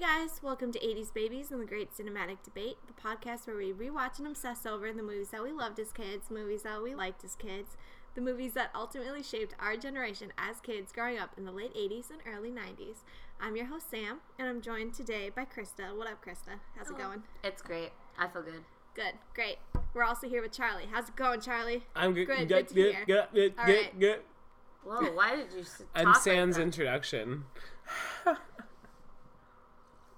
guys, welcome to 80s Babies and the Great Cinematic Debate, the podcast where we rewatch and obsess over the movies that we loved as kids, movies that we liked as kids, the movies that ultimately shaped our generation as kids growing up in the late 80s and early 90s. I'm your host, Sam, and I'm joined today by Krista. What up, Krista? How's it going? It's great. I feel good. Good, great. We're also here with Charlie. How's it going, Charlie? I'm good. Good, Good. good Good. to hear. Good. Good. Good. All right. good, Whoa, why did you s- talk And Sans like that? introduction.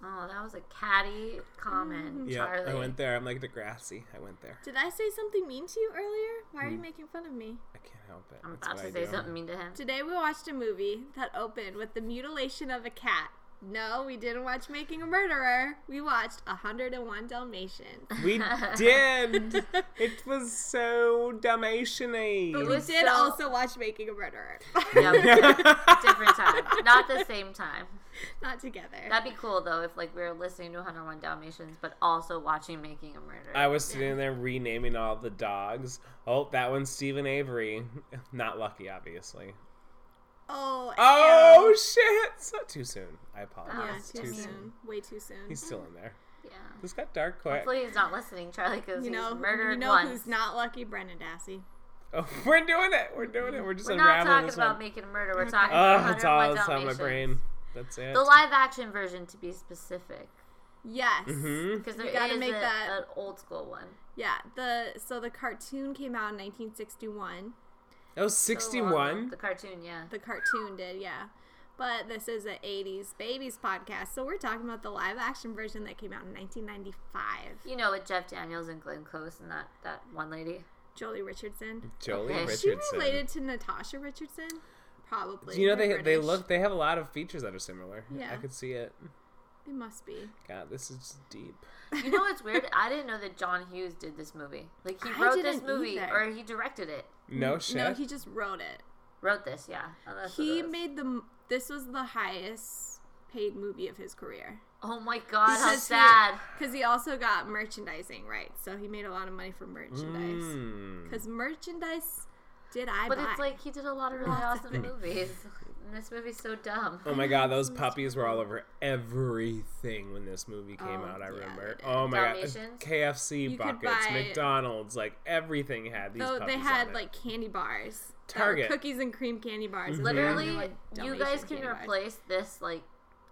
Oh, that was a catty Mm-hmm. comment, Yeah, Charlie. I went there. I'm like Degrassi. I went there. Did I say something mean to you earlier? Why are you making fun of me? I can't help it. I'm That's about what to I say do. something mean to him. Today we watched a movie that opened with the mutilation of a cat. No, we didn't watch Making a Murderer. We watched 101 Dalmatians. We did. It was so But dalmatian-y. we was did so- also watch Making a Murderer. Yeah, different time, not the same time. Not together. That'd be cool though if like we were listening to 101 Dalmatians, but also watching Making a Murder. I was sitting there renaming all the dogs. Oh, that one's Stephen Avery. Not lucky, obviously. oh, Oh shit! So too soon. I ew. yeah, apologize. too, too soon. soon. Way too soon. He's still in there. yeah. This got dark quick. Hopefully he's not listening, Charlie, because you know, he's murdered you know once. who's not lucky? Brendan Dassey. Oh, we're doing it. We're doing it. We're just We're not unraveling talking this about one. Making a Murder. We're talking Oh, about it's all 101 it's on my Dalmatians. brain. That's it. The live action version, to be specific, Yes. hmm because You there gotta is make a- that- an old school one. Yeah. The so the cartoon came out in 1961. That was So long ago. 61. The cartoon, yeah. The cartoon did, yeah. But this is an 80s babies podcast, so we're talking about the live action version that came out in 1995. You know, with Jeff Daniels and Glenn Close and that, that one lady. Jolie Richardson. Jolie Okay. Is she Richardson. related to Natasha Richardson? Probably. Do you know they They're they British. look they have a lot of features that are similar. Yeah. I could see it. They must be. God, this is deep. You know what's weird? I didn't know that John Hughes did this movie. Like he I wrote this didn't movie either. or he directed it. No shit. Mm, No, he just wrote it. Wrote this, yeah. Oh, that's what He it was. made the. m- This was the highest paid movie of his career. Oh my god, how Because he- sad. Because he also got merchandising rights, so he made a lot of money from merchandise. Mm. Because merchandise did I But buy. it's like he did a lot of really awesome movies. And this movie's so dumb. Oh my god, those puppies were all over everything when this movie came Oh, out. I yeah, remember. they did. Oh my Dalmatians? god, KFC You could buckets, buy- McDonald's, like everything had these. So puppies they had on it. like candy bars. that were Target. Mm-hmm. cookies and cream candy bars. and they were Literally, like you Dalmatian guys can candy bars. replace this like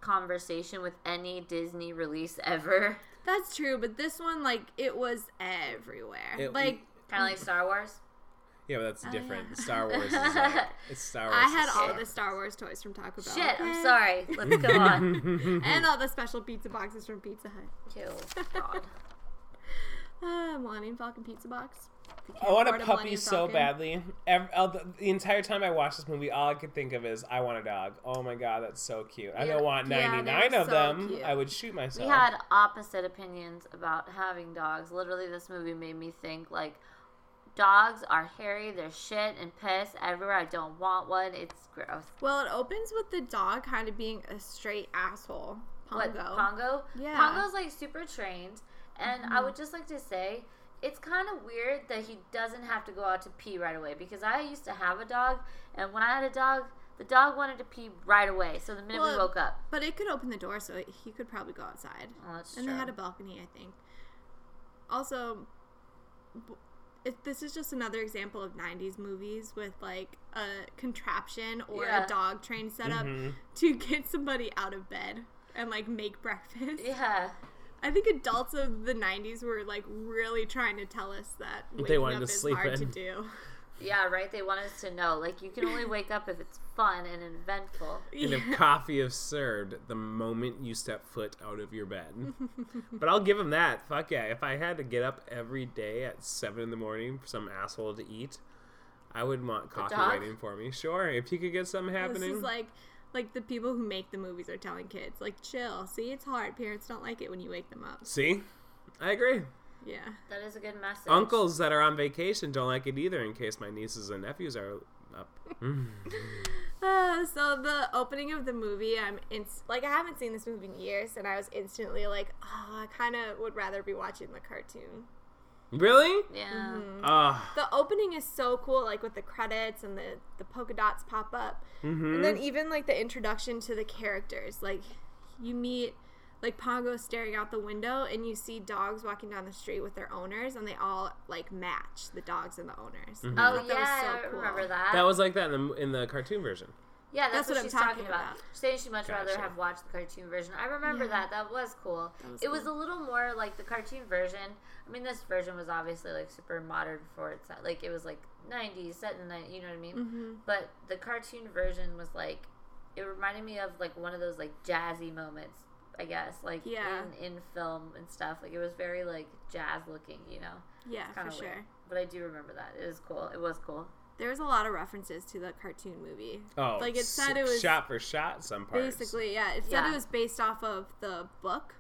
conversation with any Disney release ever. That's true, but this one, like, it was everywhere. It- like, oh, Kinda like Star Wars. yeah, but that's yeah. different. Star Wars is like it's Star Wars. I had is all Star- the Star Wars toys from Taco Bell. Shit, I'm okay? sorry. Let's go on. And all the special pizza boxes from Pizza Hut. Ew, God. Uh, Millennium Falcon pizza box. I want a afford a puppy Millennium so Falcon. badly. Every, all the, the entire time I watched this movie, all I could think of is, I want a dog. Oh my god, that's so cute. I Yeah. don't want Yeah, they 99 were of so them. cute. I would shoot myself. We had opposite opinions about having dogs. Literally, this movie made me think like dogs are hairy, they're shit and piss everywhere. I don't want one. It's gross. Well, it opens with the dog kind of being a straight asshole. Pongo. What Pongo? Yeah. Mm-hmm. Pongo's like super trained, and I would just like to say. It's kind of weird that he doesn't have to go out to pee right away because I used to have a dog, and when I had a dog, the dog wanted to pee right away. So the minute we Well, woke up, But it could open the door, so it- he could probably go outside. oh, that's And true. they had a balcony, I think. Also, b- if this is just another example of 90s movies with like a contraption or Yeah. a dog train setup Mhm. to get somebody out of bed and like make breakfast. yeah, I think adults of the 90s were like really trying to tell us that waking They wanted up to is sleep hard to in. do. Yeah, right. They want us to know. Like, you can only wake up if it's fun and eventful. and if coffee is served the moment you step foot out of your bed. but I'll give him that. Fuck yeah. If I had to get up every day at 7 in the morning for some asshole to eat, I would want coffee dog? waiting for me. Sure. If you could get something This happening. is like like the people who make the movies are telling kids like chill. See, it's hard. Parents don't like it when you wake them up. See? I agree. Yeah. That is a good message. uncles that are on vacation don't like it either in case my nieces and nephews are up Uh, so the opening of the movie, I'm inst- like I haven't seen this movie in years, and I was instantly like, oh, I kind of would rather be watching the cartoon. really Yeah. Mm-hmm. Oh, Mm. ah The opening is so cool, like with the credits and the the polka dots pop up, and then even like the introduction to the characters, like you meet. like Pongo staring out the window, and you see dogs walking down the street with their owners, and they all like match the dogs and the owners. And I Oh thought yeah, that was so I cool. remember that. That was like that in the, in the cartoon version. yeah, that's, That's what, what I'm she's talking, talking about. about. She's saying she'd much rather Gotcha. have watched the cartoon version. I remember Yeah. that. That was cool. That was it was a cool. little more like the cartoon version. I mean, this version was obviously like super modern for its like it was like '90s set in the you know what I mean. Mhm. But the cartoon version was like it reminded me of like one of those like jazzy moments. I guess like Yeah. in in film and stuff. Like it was very like jazz looking, you know. Yeah, It's for kinda sure. weird. But I do remember that. It was cool. It was cool. There was a lot of references to the cartoon movie. Oh, Like, it said s- it was shot for shot. Some parts. Basically, yeah. It said Yeah. it was based off of the book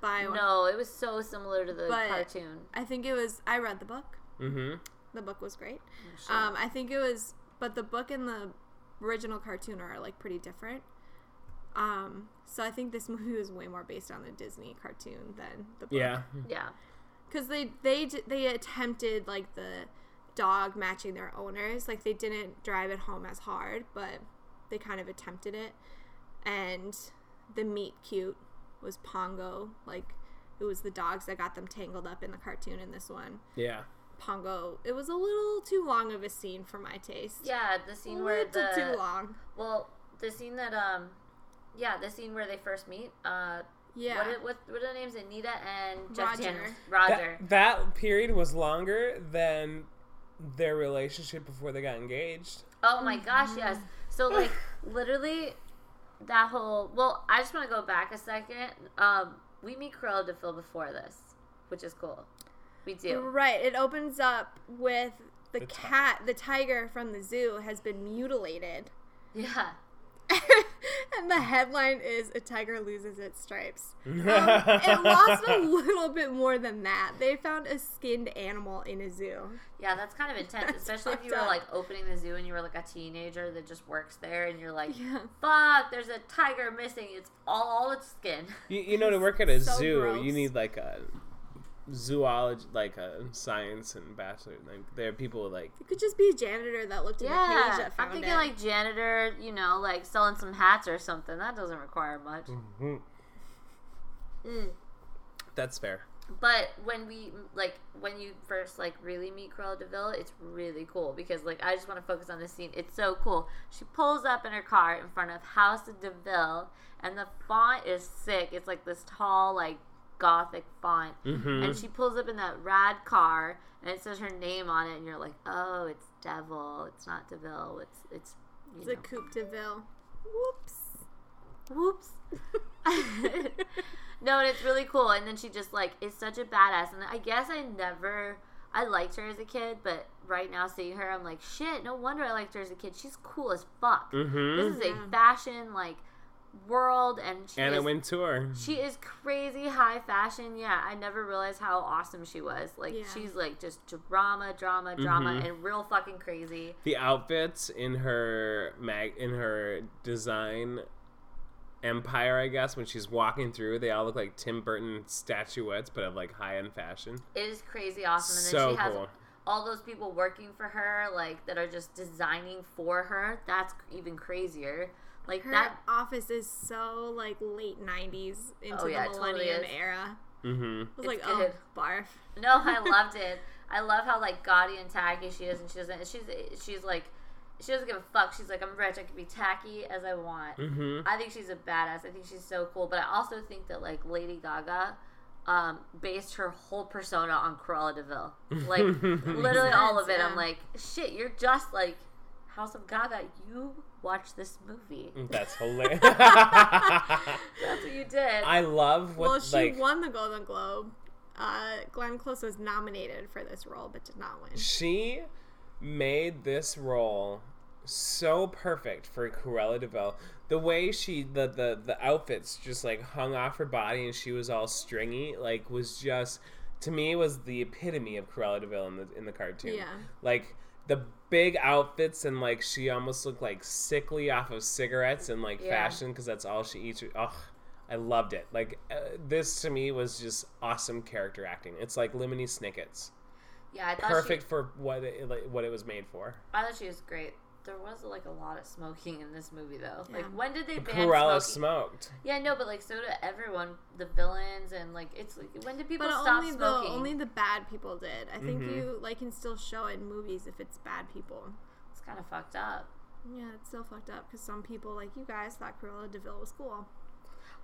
by one. No, it was so similar to the But- cartoon. I think it was. I read the book. Mm-hmm. The book was great. Sure. Um, I think it was, but the book and the original cartoon are like pretty different. Um, so I think this movie was way more based on the Disney cartoon than the book. Yeah. yeah. because they they d- they attempted like the dog matching their owners. Like they didn't drive it home as hard, but they kind of attempted it. And the meet cute was Pongo. Like it was the dogs that got them tangled up in the cartoon in this one. Yeah. Pongo. It was a little too long of a scene for my taste. Yeah, the a scene where little the too long. well, the scene that um, yeah, the scene where they first meet. Uh, Yeah. what are- what what are the names? Anita and Jeff Roger. Daniels. That- Roger. That, period was longer than their relationship before they got engaged. Oh Mm-hmm. my gosh, yes. So like literally that whole well, I just want to go back a second. Um, we meet Cruella de Vil before this, which is cool. We do. Right. It opens up with the, The tiger. cat, the tiger from the zoo, has been mutilated. Yeah. and the headline is "A Tiger Loses Its Stripes." Um, it lost a little bit more than that. They found a skinned animal in a zoo. Yeah, that's kind of intense, That's especially if you fucked were up. like opening the zoo and you were like a teenager that just works there and you're like, Yeah, fuck, there's a tiger missing. It's all, all its skin. You, you know, to work at a So zoo, gross. you need like a zoology, like a science and bachelor. Like there are people with, like it could just be a janitor that looked in the cage Yeah, that found I'm thinking it. like janitor, you know, like selling some hats or something. That doesn't require much. Mm-hmm. Mm. that's fair. But when we like when you first like really meet Cruella Deville, it's really cool because like I just want to focus on this scene. It's so cool. She pulls up in her car in front of House of Deville, and the font is sick. It's like this tall like gothic font, Mhm. and she pulls up in that rad car, and it says her name on it, and you're like, oh, it's Devil. It's not Deville. It's it's you it's know. a Coupe de Ville. Whoops. Whoops. no, and it's really cool. And then she just like is such a badass. And I guess I never I liked her as a kid, but right now seeing her, I'm like, shit. No wonder I liked her as a kid. She's cool as fuck. Mm-hmm. This is Yeah. a fashion like world, and she Anna is, Wintour. she is crazy high fashion. Yeah, I never realized how awesome she was. Like Yeah. she's like just drama, drama, drama, Mhm. and real fucking crazy. The outfits in her mag in her design empire, I guess, when she's walking through, they all look like Tim Burton statuettes, but of like high end fashion. It is crazy awesome. So And then she has cool. all those people working for her, like that are just designing for her. That's c- even crazier. Like Her that. office is so like late '90s into Oh, yeah, it the totally millennium is. era. Mm-hmm. I was It's like, oh, good. barf. No, I loved it. I love how like gaudy and tacky she is, and she doesn't. She's she's like, she doesn't give a fuck. She's like, I'm rich. I can be tacky as I want. Mm-hmm. I think she's a badass. I think she's so cool. But I also think that like Lady Gaga um, based her whole persona on Cruella Deville. Like literally all of it. I'm yeah. like, shit, you're just like House of Gaga. You watch this movie. That's hilarious. That's what you did. I love what well, she like won the Golden Globe. Uh, Glenn Close was nominated for this role, but did not win. she made this role so perfect for Cruella Deville. The way she the, the the outfits just like hung off her body and she was all stringy like was just to me was the epitome of Cruella Deville in the in the cartoon. Yeah. Like the big outfits and like she almost looked like sickly off of cigarettes and like Yeah. fashion because that's all she eats. Ugh. I loved it. Like uh, this to me was just awesome character acting. It's like Lemony Snicket's yeah, I thought perfect She, for what it, like, what it was made for. I thought she was great. there was like a lot of smoking in this movie though. Yeah. Like when did they ban Cruella smoking? smoked. Yeah, no, but like so did everyone, the villains, and like it's like when did people But stop only smoking? the only the bad people did. I think Mhm. you like can still show it in movies if it's bad people. It's kind of fucked up. Yeah, it's still fucked up because some people like you guys thought Cruella Deville was cool.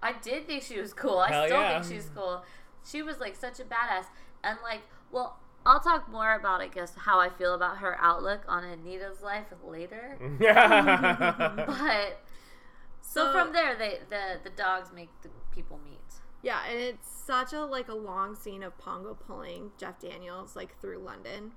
I did think she was cool. I Hell still yeah. think she's cool. She was like such a badass, and like well, I'll talk more about I guess how I feel about her outlook on Anita's life later. Mm-hmm. But so, So- from there, they the the dogs make the people meet. Yeah, and it's such a like a long scene of Pongo pulling Jeff Daniels like through London.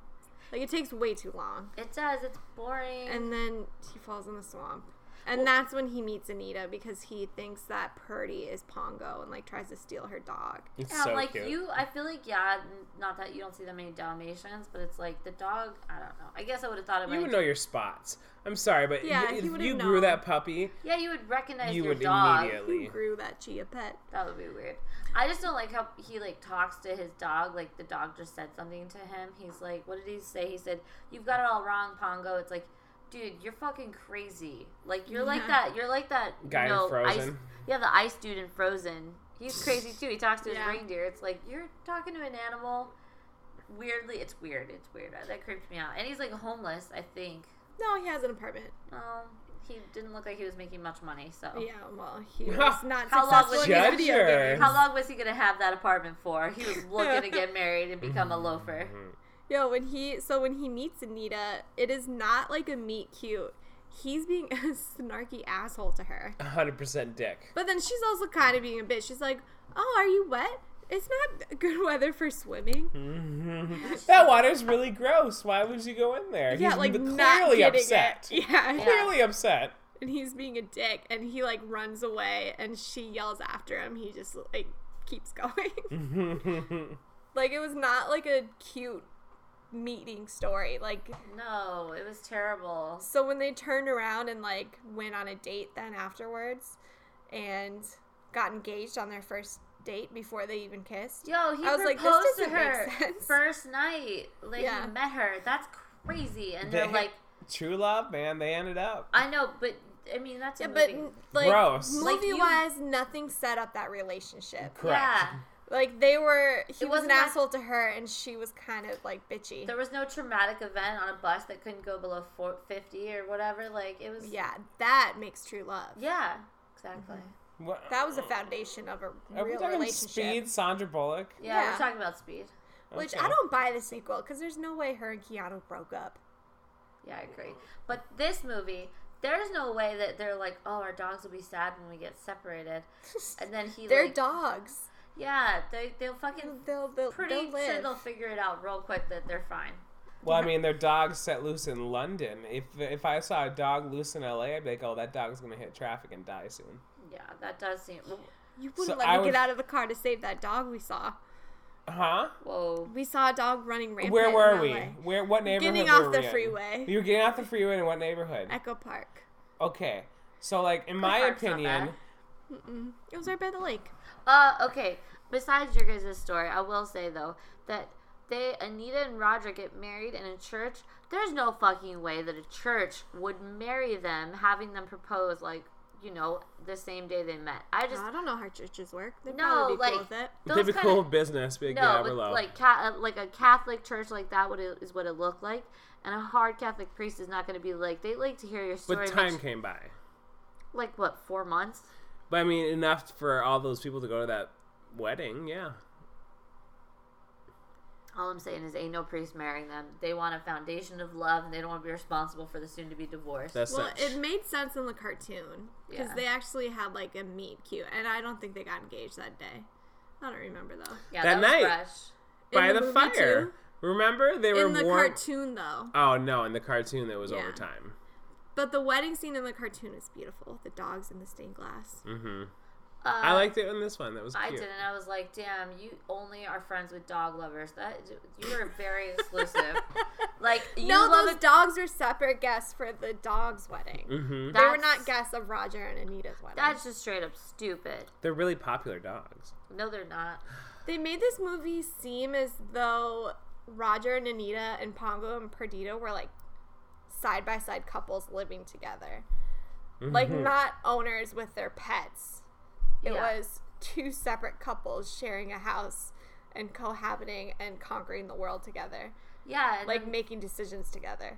Like it takes way too long. It does. It's boring. And then he falls in the swamp. And that's when he meets Anita because he thinks that Purdy is Pongo and like tries to steal her dog. it's Yeah, so like cute. you, I feel like yeah. n- Not that you don't see that many Dalmatians, but it's like the dog. I don't know. I guess I would have thought it. You might would know your spots. I'm sorry, but Yeah, you, he if would've you known. grew that puppy, Yeah, you would recognize you your would Who dog. immediately. grew that chia pet? That would be weird. I just don't like how he like talks to his dog. Like the dog just said something to him. He's like, "What did he say?" He said, "You've got it all wrong, Pongo." It's like, dude, you're fucking crazy. Like you're like Yeah. that. You're like that Guy you in know, Ice, Frozen. yeah, the ice dude in Frozen. He's crazy too. He talks to his Yeah. reindeer. It's like you're talking to an animal. Weirdly, it's weird. It's weird. Uh, That creeped me out. And he's like homeless, I think. No, he has an apartment. Um, he didn't look like he was making much money. So Oh. Yeah, well, he was not How long successful was in his he- video Judge her. games. How long was he gonna have that apartment for? He was looking to get married and become a loafer. Yo, when he so when he meets Anita, it is not like a meet cute. He's being a snarky asshole to her. 100% dick. But then she's also kind of being a bitch. She's like, "Oh, are you wet? It's not good weather for swimming." Hmm. that water's really gross. Why would you go in there? Yeah, He's like clearly not getting upset. it. Yeah. Clearly upset. and he's being a dick, and he like runs away, and she yells after him. He just like keeps going. Hmm. like it was not like a cute meeting story. Like No, it was terrible. So when they turned around and like went on a date then afterwards and got engaged on their first date before they even kissed. Yo, he I was like, proposed this to doesn't make her sense. first night. Like Yeah. he met her. That's crazy. And They- they're like, True love, man. They ended up. I know, but I mean that's a Yeah, but movie. like Gross. movie Like, you- wise, nothing set up that relationship. Correct. Yeah, Like they were he It was an wasn't like- asshole to her and she was kind of like bitchy. there was no traumatic event on a bus that couldn't go below four, 50 or whatever. Like it was. yeah, that makes true love. Yeah. Exactly. Mm-hmm. What- That was the foundation of a Are we real talking relationship. speed, Sandra Bullock? Yeah, Yeah. we're talking about speed. Which Okay. I don't buy the sequel because there's no way her and Keanu broke up. Yeah, I agree. But this movie, there's no way that they're like, oh, our dogs will be sad when we get separated, and then he They're like, dogs. yeah, they they'll fucking They'll, they'll, pretty they'll live. sure they'll figure it out real quick that they're fine. Well, I mean, their dogs set loose in London. If if I saw a dog loose in LA, I'd be like, oh, that dog's gonna hit traffic and die soon. Yeah, that does seem. You wouldn't So let I me would- get out of the car to save that dog we saw. Huh? Whoa. We saw a dog running rampant. Where in were we? LA. Where? What neighborhood? Getting were off we the in? freeway. You were getting off the freeway in what neighborhood? Echo Park. Okay, so like in my Park's not opinion, bad. It was right by the lake. Uh, okay. Besides your guys' story, I will say though that they Anita and Roger get married in a church. There's no fucking way that a church would marry them, having them propose like you know the same day they met. I just I don't know how churches work. They'd No, probably be like- cool with it. those typical kinda- business. Big No, yeah, but we're low. like ca- uh, like a Catholic church like that would is what it looked like, and a hard Catholic priest is not going to be like they like to hear your story. but time much- came by. like what four months? But I mean, enough for all those people to go to that wedding. Yeah. All I'm saying is, ain't no priest marrying them. They want a foundation of love, and they don't want to be responsible for the soon-to-be divorce. That's Well, such. it made sense in the cartoon because Yeah. they actually had like a meet cute, and I don't think they got engaged that day. I don't remember though. yeah, that was night. fresh. by in the the, movie fire. too? Remember they were In the warm. cartoon though, oh no! In the cartoon, there was Yeah. overtime. but the wedding scene in the cartoon is beautiful. The dogs in the stained glass. Mm-hmm. Uh, I liked it in this one. That was I cute. didn't. I was like, damn, you only are friends with dog lovers. That you are very exclusive. like you no, love those a dogs are separate guests for the dog's wedding. Mm-hmm. They were That's- not guests of Roger and Anita's wedding. That's just straight up stupid. They're really popular dogs. No, they're not. They made this movie seem as though Roger and Anita and Pongo and Perdido were like side by side couples living together, like Mm-hmm. not owners with their pets. It Yeah. was two separate couples sharing a house and cohabiting and conquering the world together, Yeah, and like then- making decisions together.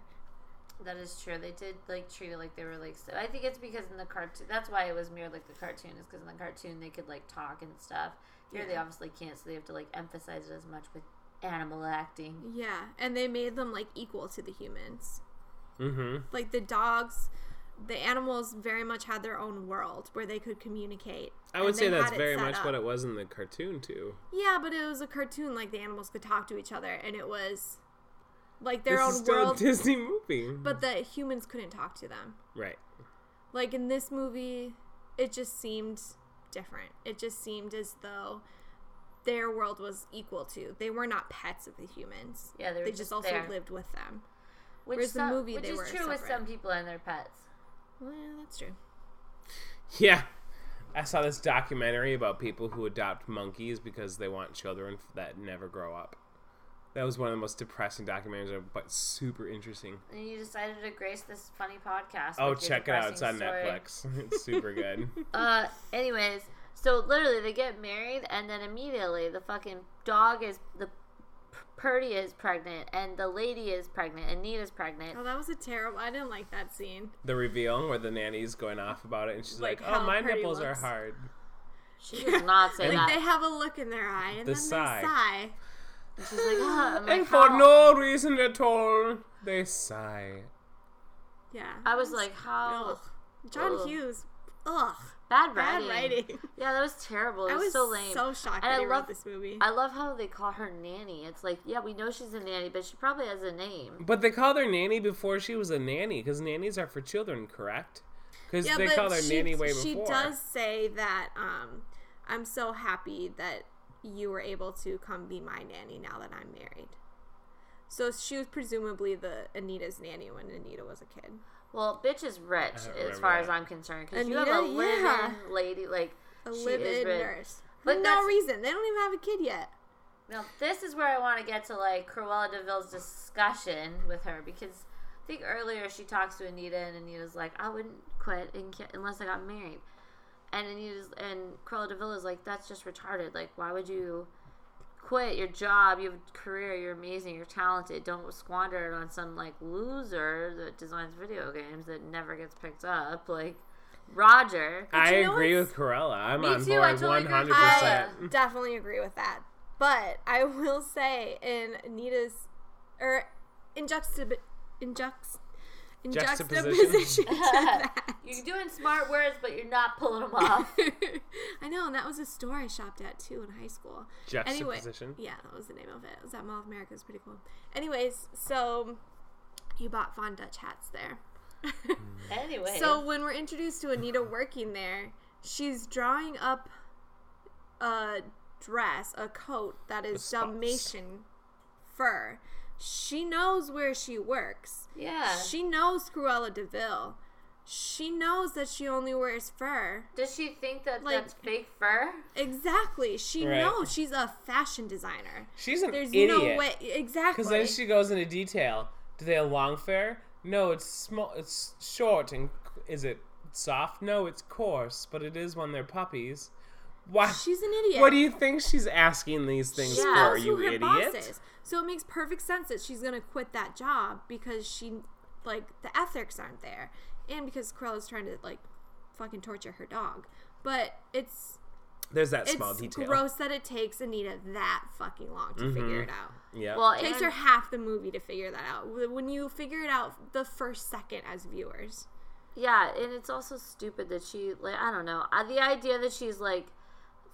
That is true. They did like treat it like they were like. So I think it's because in the cartoon, that's why it was mirrored like the cartoon is because in the cartoon they could like talk and stuff. Here they Yeah. obviously can't, so they have to like emphasize it as much with animal acting. Yeah, and they made them like equal to the humans. Mm-hmm. Like the dogs, the animals very much had their own world where they could communicate. I and would say they that's had it very set much what up. it was in the cartoon too. Yeah, but it was a cartoon. Like the animals could talk to each other, and it was like their this own is still world. a Disney movie. but the humans couldn't talk to them. right. Like in this movie, it just seemed different. It just seemed as though their world was equal to. They were not pets of the humans. Yeah, they were they just just, also there. lived with them. Which Whereas the some- movie, which they is were true with some separate. people and their pets. Well, that's true. Yeah. I saw this documentary about people who adopt monkeys because they want children that never grow up. That was one of the most depressing documentaries, ever, but super interesting. And you decided to grace this funny podcast. Oh, with your check it out. It's depressing on story. Netflix. It's super good. Uh, anyways, so literally they get married, and then immediately the fucking dog is the Purdy is pregnant, and the lady is pregnant, and Nita's pregnant. Oh, that was a terrible. I didn't like that scene. the reveal where the nanny's going off about it and she's like, Like oh, how my pretty nipples are looks." hard. She does not say Like, that. They have a look in their eye and The then sigh. they sigh. She's like, "Ah," I'm And like, for "How?" no reason at all, they sigh. Yeah. I was like, how ugh. John Ugh. Hughes. Ugh. bad Bad writing. writing. Yeah, that was terrible. It I was, was so lame. so shocked And that I he love- wrote this movie. I love how they call her nanny. It's like, yeah, we know she's a nanny, but she probably has a name. But they called her nanny before she was a nanny because nannies are for children, correct? Because yeah, they but call her she, nanny way she before. does say that um, I'm so happy that you were able to come be my nanny now that I'm married. So she was presumably the Anita's nanny when Anita was a kid. Well, bitch is rich I don't as remember far that. as I'm concerned because you have a Anita, live-in yeah. lady like A she is live-in rich. nurse. But For no that's- reason. They don't even have a kid yet. Now this is where I want to get to like Cruella Deville's discussion with her because I think earlier she talks to Anita and Anita's like, I wouldn't quit in- unless I got married, and Anita's and Cruella Deville is like, that's just retarded. Like, why would you quit your job? You have a career. You're amazing. You're talented. Don't squander it on some like loser that designs video games that never gets picked up. Like Roger. I you know agree what's- with Corella. I'm Me on too, board I totally agree with 100%. I Corella. definitely agree with that. But I will say in Anita's or in juxtap in jux in Juxtaposition. juxtaposition to that. You're doing smart words, but you're not pulling them off. I know, and that was a store I shopped at too in high school. Anyway, Juxtaposition. yeah, that was the name of it. It was at Mall of America. It was pretty cool. Anyways, so you bought Von Dutch hats there. Anyway. So when we're introduced to Anita working there, she's drawing up a dress, a coat that is spots. Dalmatian fur. She knows where she works. yeah. She knows Cruella Deville. She knows that she only wears fur. Does she think that Like- that's fake fur? Exactly. She Right. knows she's a fashion designer. She's an There's idiot. no way. Exactly. Because then she goes into detail. Do they have long fair? No, it's small. It's short and is it soft? No, it's coarse, but it is when they're puppies. Why? she's an idiot. What do you think she's asking these things She Yeah. for? knows You who her idiot. boss is. So it makes perfect sense that she's gonna quit that job because she like the ethics aren't there. And because Corella's trying to like fucking torture her dog. But it's There's that it's small detail. Mm-hmm. gross that it takes Anita that fucking long to figure it out. Yeah. Well, It takes and- her half the movie to figure that out. When you figure it out the first second as viewers. yeah, and it's also stupid that she like I don't know Uh, the idea that she's like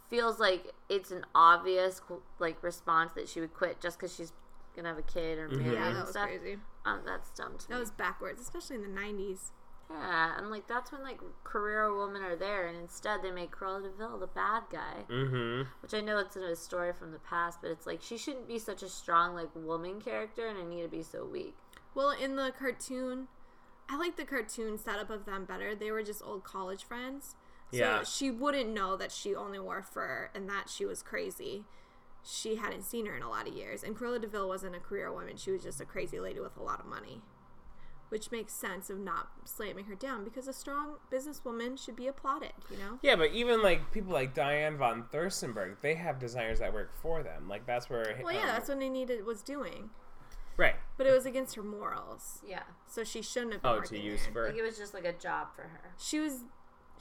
feels like it's an obvious like response that she would quit just because she's gonna have a kid or married Yeah, and that was stuff. crazy. Um, that's dumb to me. That was backwards, especially in the nineties. yeah, and like that's when like career women are there, and instead they make Cruella Deville the bad guy. mm-hmm. which I know it's a story from the past, but it's like she shouldn't be such a strong like woman character, and Anita be so weak. Well, in the cartoon, I like the cartoon setup of them better. They were just old college friends. So Yeah. she wouldn't know that she only wore fur and that she was crazy. She hadn't seen her in a lot of years. And Cruella DeVille wasn't a career woman. She was just a crazy lady with a lot of money. which makes sense of not slamming her down because a strong businesswoman should be applauded, you know? Yeah, but even like people like Diane von Furstenberg, they have designers that work for them. Like that's where. Well, yeah, um, that's what Anita was doing, right. but it was against her morals, Yeah. so she shouldn't have been Oh, to working use there. for Like it was just like a job for her. She was.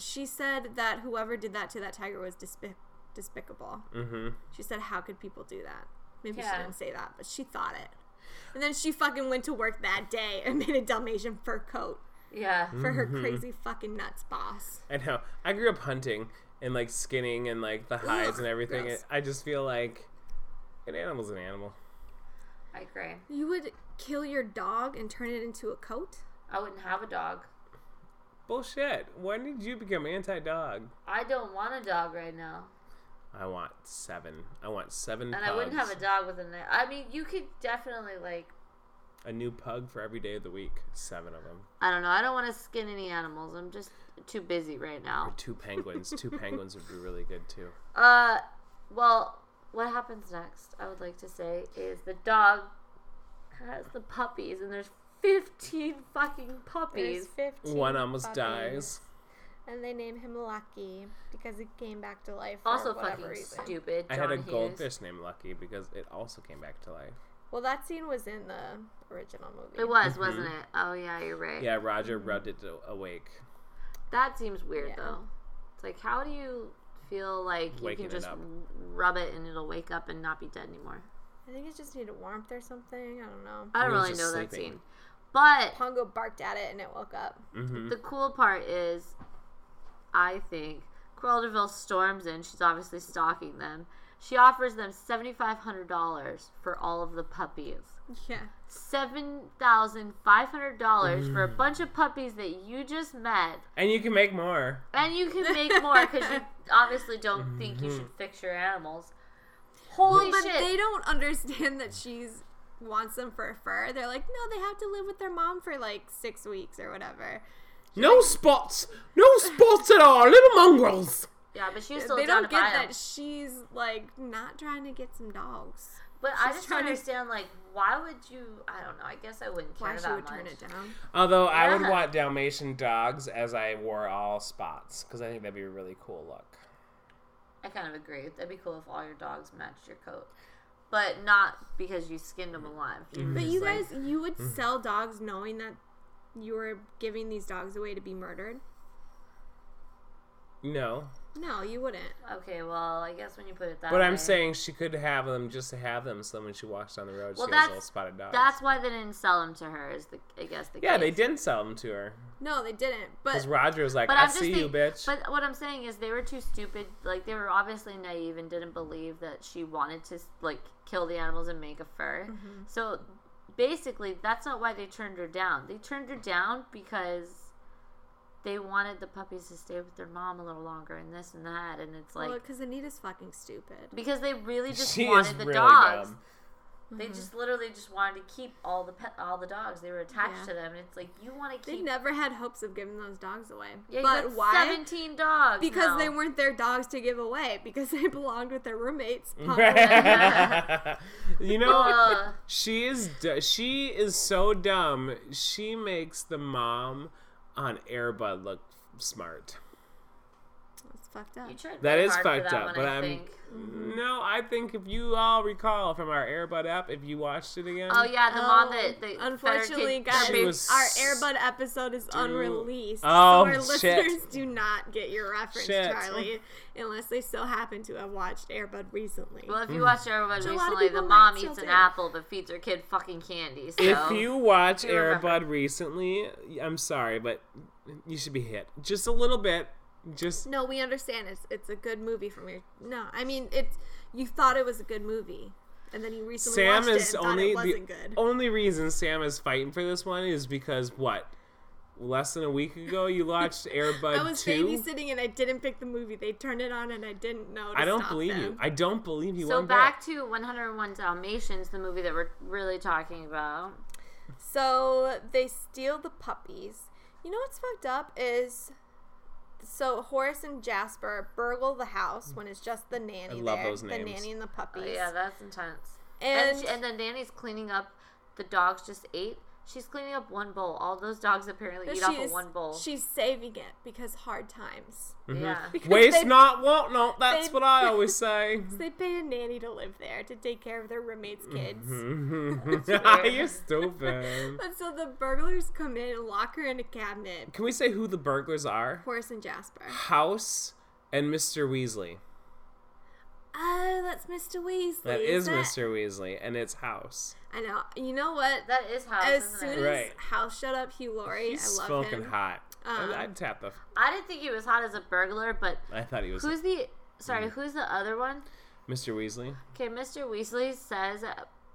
She said that whoever did that to that tiger was despic- despicable. Mm-hmm. She said, "How could people do that?" Maybe she Yeah. didn't say that, but she thought it. And then she fucking went to work that day and made a Dalmatian fur coat Yeah. for her Mm-hmm. crazy fucking nuts boss. I know. I grew up hunting and like skinning and like the hides and everything. gross. I just feel like an animal's an animal. I agree. You would kill your dog and turn it into a coat? I wouldn't have a dog. Bullshit. When did you become anti-dog? I don't want a dog right now. I want seven. I want seven. And pugs. I wouldn't have a dog with a name. I mean, you could definitely like a new pug for every day of the week. Seven of them. I don't know. I don't want to skin any animals. I'm just too busy right now. Two penguins. Two penguins would be really good too. Uh, well, what happens next? I would like to say is the dog has the puppies, and there's 15 fucking puppies. fifteen. One almost dies. and they named him Lucky because he came back to life. also fucking stupid. I had John a Hughes. goldfish named Lucky because it also came back to life. Well, that scene was in the original movie. It was, Mm-hmm. wasn't it? Oh yeah, you're right. Yeah, Roger Mm-hmm. rubbed it a- awake. That seems weird Yeah. though. It's like, how do you feel like you Waking can it just up. rub it and it'll wake up and not be dead anymore? I think it just needed warmth or something. I don't know. I don't It was really know just that sleeping. scene. But Pongo barked at it and it woke up. hmm The cool part is, I think, Cruella de Vil storms in. She's obviously stalking them. She offers them $7,500 for all of the puppies. Yeah. $7,500 for a Mm. bunch of puppies that you just met. And you can make more. And you can make more because you obviously don't think Mm-hmm. you should fix your animals. Holy but shit. they don't understand that she's wants them for fur. They're like, no, they have to live with their mom for like six weeks or whatever. No spots. No spots at all. Little mongrels. yeah, but she was still they down don't to get buy 'em. that she's like not trying to get some dogs. But I she's just trying don't to- understand, like, why would you? I don't know. I guess I wouldn't care Why she that would much. turn it down? Although I would Yeah. want Dalmatian dogs as I wore all spots because I think that'd be a really cool look. I kind of agree. That'd be cool if all your dogs matched your coat, but not because you skinned them alive. Mm-hmm. You were But Mm-hmm. just you like- mm-hmm. guys, you would sell dogs knowing that you were giving these dogs away to be murdered. No, No, you wouldn't. okay, well, I guess when you put it that Mm-hmm. but way, I'm saying she could have them just to have them. So when she walks down the road, Well, she has little that's- spotted dogs. that's why they didn't sell them to her. Is the I guess the yeah, case. they didn't sell them to her No, they didn't. But because Roger was like, But "I I'm just see you, think- bitch." But what I'm saying is they were too stupid. Like they were obviously naive and didn't believe that she wanted to like kill the animals and make a fur. Mm-hmm. So basically, that's not why they turned her down. They turned her down because they wanted the puppies to stay with their mom a little longer and this and that. And it's like well, because Anita's fucking stupid. because they really just she is wanted the really dogs. dumb. They Mm-hmm. just literally just wanted to keep all the pet, all the dogs. They were attached Yeah. to them, and it's like you want to They keep. never had hopes of giving those dogs away. Yeah, you but got why? Seventeen dogs because now. they weren't their dogs to give away because they belonged with their roommates. Papa you know, Ugh. she is d- she is so dumb. She makes the mom on Airbud look smart. It's fucked up. You tried That really is hard for fucked that up, one, but I I'm- think. No, I think if you all recall from our Airbud app, if you watched it again, Oh yeah, the mom that Oh, they unfortunately, guys, She was our Airbud episode is unreleased, Oh, so our shit. listeners do not get your reference, Shit. Charlie, unless they so happen to have watched Airbud recently. Well, Mm. if you watch Airbud a lot of recently, the people mom might still eats an do. apple but feeds her kid fucking candy. So If you watch You remember. Airbud recently, I'm sorry, but you should be hit just a little bit. Just no, we understand it's it's a good movie from your. No, I mean it's you thought it was a good movie, and then you recently Sam watched is it and only thought it the wasn't good. only reason Sam is fighting for this one is because what? Less than a week ago, you watched I Airbud was two. babysitting and I didn't pick the movie. They turned it on and I didn't know. To I don't stop believe them. you. I don't believe you. so one bit. back to 101 Dalmatians, the movie that we're really talking about. So they steal the puppies. You know what's fucked up is so Horace and Jasper burgle the house when it's just the nanny I love there, those the names. nanny and the puppies. Oh, yeah, that's intense. And, And she, and the nanny's cleaning up. The dogs just ate. She's cleaning up one bowl. All those dogs apparently But eat off she's- of one bowl. She's saving it because hard times. Mm. Mm-hmm. Yeah. Because Waste they, not, want not. That's they- what I always say. They pay a nanny to live there to take care of their roommates' Mm-hmm. kids. weird. You're stupid. But so the burglars come in and lock her in a cabinet. Can we say who the burglars are? Horace and Jasper. House and Mr. Weasley. Oh, that's Mr. Weasley. That is isn't it? Mr. Weasley, and it's House. I know. You know what? That is how. as isn't soon it? as Right. House shut up, Hugh Laurie. He's I love smoking him. hot. Um, I, I'd tap the. I didn't think he was hot as a burglar, but I thought he was who's the? Mm. Sorry, who's the other one? Mr. Weasley. Okay, Mr. Weasley says uh,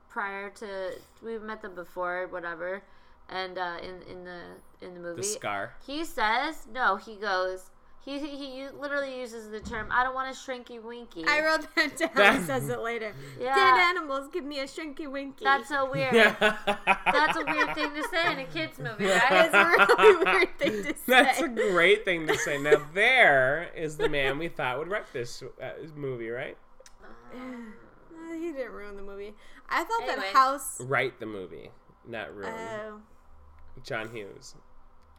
prior to we've met them before, whatever, and uh, in in the in the movie, The scar. he says no. He goes. He he, he u- literally uses the term. I don't want a shrinky winky. I wrote that down. That- He says it later. Yeah. Dead animals give me a shrinky winky. That's so weird. That's a weird thing to say in a kids movie, right? That is a really weird thing to say. That's a great thing to say. Now there is the man we thought would wreck this uh, movie, right? Uh, he didn't ruin the movie. I thought Anyway. that house. Write the movie, not Oh, ruin. John Hughes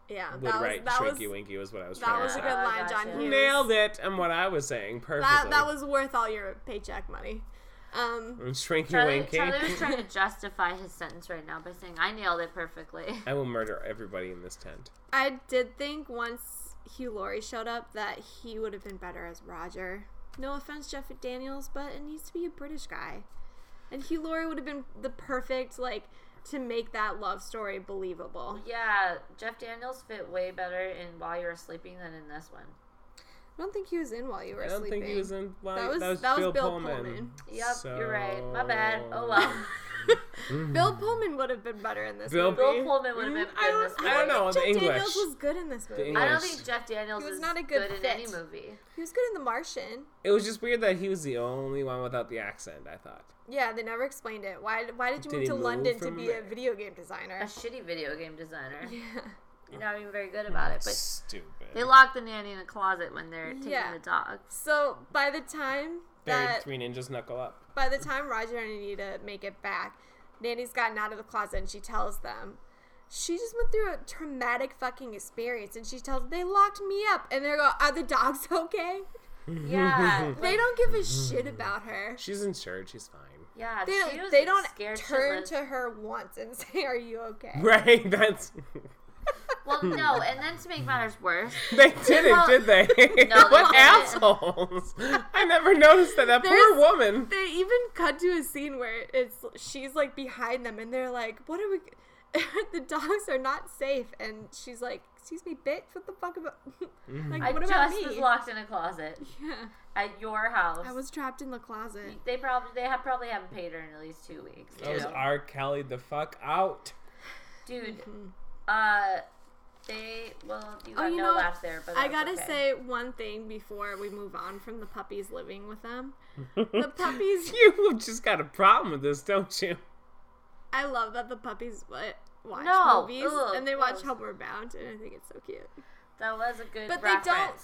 yeah. would That was write that was Shrinky Winky was what I was that trying was to a say. good line, gotcha. John Hughes. Nailed it, and what I was saying perfectly. That that was worth all your paycheck money. Um, And Shrinky Charlie, Winky. Charlie was trying to justify his sentence right now by saying, "I nailed it perfectly." I will murder everybody in this tent. I did think once Hugh Laurie showed up that he would have been better as Roger. No offense, Jeff Daniels, but it needs to be a British guy. And Hugh Laurie would have been the perfect, like, to make that love story believable. Yeah, Jeff Daniels fit way better in While You Were Sleeping than in this one. I don't think he was in while you were I don't sleeping. think he was in. Well, That was- that was, that was Bill, Bill Pullman. Pullman. Yep, you're right. My bad. Oh So- well. Bill Pullman would have been better in this Bill- movie. Bill Pullman would have been Mm, good in this I don't movie. know, Jeff the English. Daniels was good in this movie. English. I don't think Jeff Daniels He was is not a good good, in any fit. movie. He was good in The Martian. It was just weird that he was the only one without the accent. I thought. Yeah, they never explained it. Why Why did you Did move he to move London to from be a there? video game A designer? shitty video game designer. Yeah. You're not even very good about it, but Stupid. they lock the nanny in a closet when they're taking Yeah. the dogs. So by the time Buried that three ninjas knuckle up. By the time Roger and Anita make it back, Nanny's gotten out of the closet and she tells them. She just went through a traumatic fucking experience and she tells them, they locked me up and they're going, are the dogs okay? Yeah, They don't give a mm. shit about her. She's insured. She's fine. yeah. They she don't, was they don't scared turn shitless. to her once and say, are you okay? Right. That's. Well, no, and then to make matters worse, They didn't, Well, did they? no, they what didn't. assholes! I never noticed that. That There's- poor woman. They even cut to a scene where it's she's like behind them and they're like, what are we... the dogs are not safe. And she's like, excuse me, bitch, what the fuck about... like, I what about just me? was locked in a closet Yeah. at your house. I was trapped in the closet. They probably they have probably haven't paid her in at least two weeks. That was you know? R. Kelly the fuck out. dude. Uh, they well, you Mm-hmm. got Oh, you no know, laughs there, but I that's gotta okay. say one thing before we move on from the puppies living with them. The puppies, You just got a problem with this, don't you? I love that the puppies wa- watch No, movies ugh, and they watch gross. Homeward Bound, and I think it's so cute. that was a good. But they reference. don't-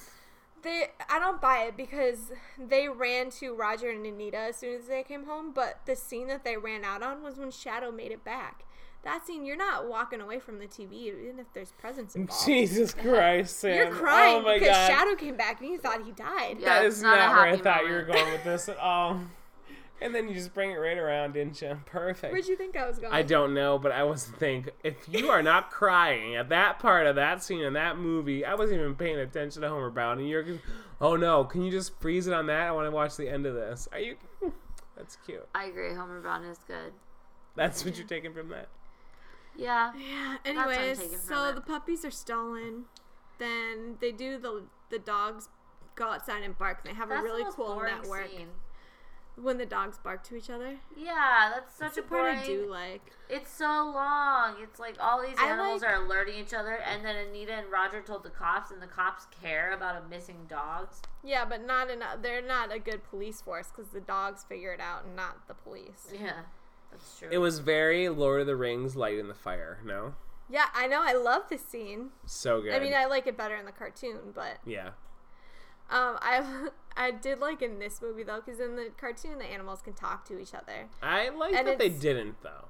They, I don't buy it because they ran to Roger and Anita as soon as they came home. But the scene that they ran out on was when Shadow made it back. That scene, you're not walking away from the TV even if there's presents involved. Jesus Christ, Sam! You're crying oh my because God. Shadow came back and you thought he died. Yeah. That it's is not not, a where I happy thought you were moment. going with this at all. And then you just bring it right around, didn't you? Perfect. Where'd you think I was going? I don't know, but I wasn't thinking. If you are not crying at that part of that scene in that movie, I wasn't even paying attention to Homer Bound. And you're, oh no, can you just freeze it on that? I want to watch the end of this. Are you? That's cute. I agree. Homer Brown is good. That's what you're taking from that. Yeah. Yeah. what I'm Anyways, taking from so it. the puppies are stolen. Then they do the the dogs go outside and bark. And they have That's a really the most cool boring network scene. when the dogs bark to each other. Yeah, that's That's such the a part boring. I do like. It's so long. It's like all these I animals like- are alerting each other, and then Anita and Roger told the cops, and the cops care about a missing dogs. Yeah, but not enough. They're not a good police force because the dogs figure it out, and not the police. Yeah, that's true. It was very Lord of the Rings, Light in the Fire. No, Yeah, I know. I love this scene. so good. I mean, I like it better in the cartoon, but yeah, um, I I did like in this movie though, because in the cartoon the animals can talk to each other. I like And that they it's- didn't though.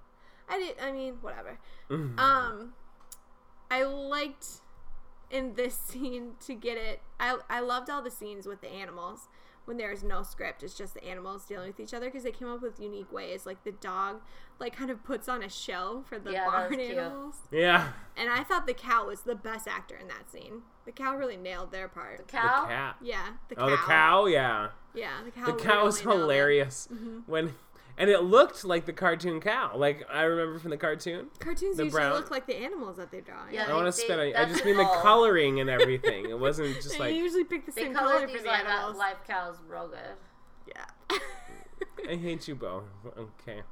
I did. I mean, whatever. Mm-hmm. um, I liked in this scene to get it. I I loved all the scenes with the animals when there is no script. It's just the animals dealing with each other because they came up with unique ways. Like the dog, like kind of puts on a show for the Yeah, that was barn cute. animals. Yeah. And I thought the cow was the best actor in that scene. The cow really nailed their part. The Cow? cat. Yeah, the cow. Oh, the cow. Yeah. Yeah, the cow. The cow was really nailed it. hilarious Mm-hmm. when, and it looked like the cartoon cow. Like I remember from the cartoon. Cartoons The usually brown- look like the animals that they draw. Yeah, I want to Like, spit they- on. you. I that's just mean the all. coloring and everything. It wasn't just they like usually pick the They same color colored for these the live, uh, animals. live cows real good. Yeah. I hate you both. Okay.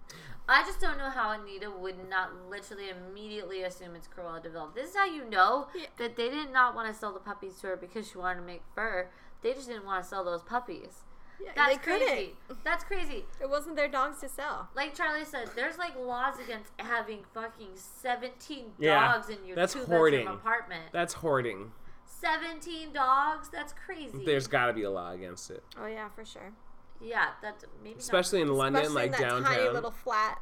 I just don't know how Anita would not literally immediately assume it's Cruella de Vil. This is how you know Yeah. that they did not want to sell the puppies to her because she wanted to make fur. They just didn't want to sell those puppies. Yeah, That's they couldn't. crazy. That's crazy. It wasn't their dogs to sell. Like Charlie said, there's like laws against having fucking 17 Yeah, dogs in your that's two hoarding. bedroom apartment. That's hoarding. 17 dogs? That's crazy. There's got to be a law against it, Oh yeah, for sure. yeah, that's maybe not- especially in London, Especially in like that downtown. tiny little flat.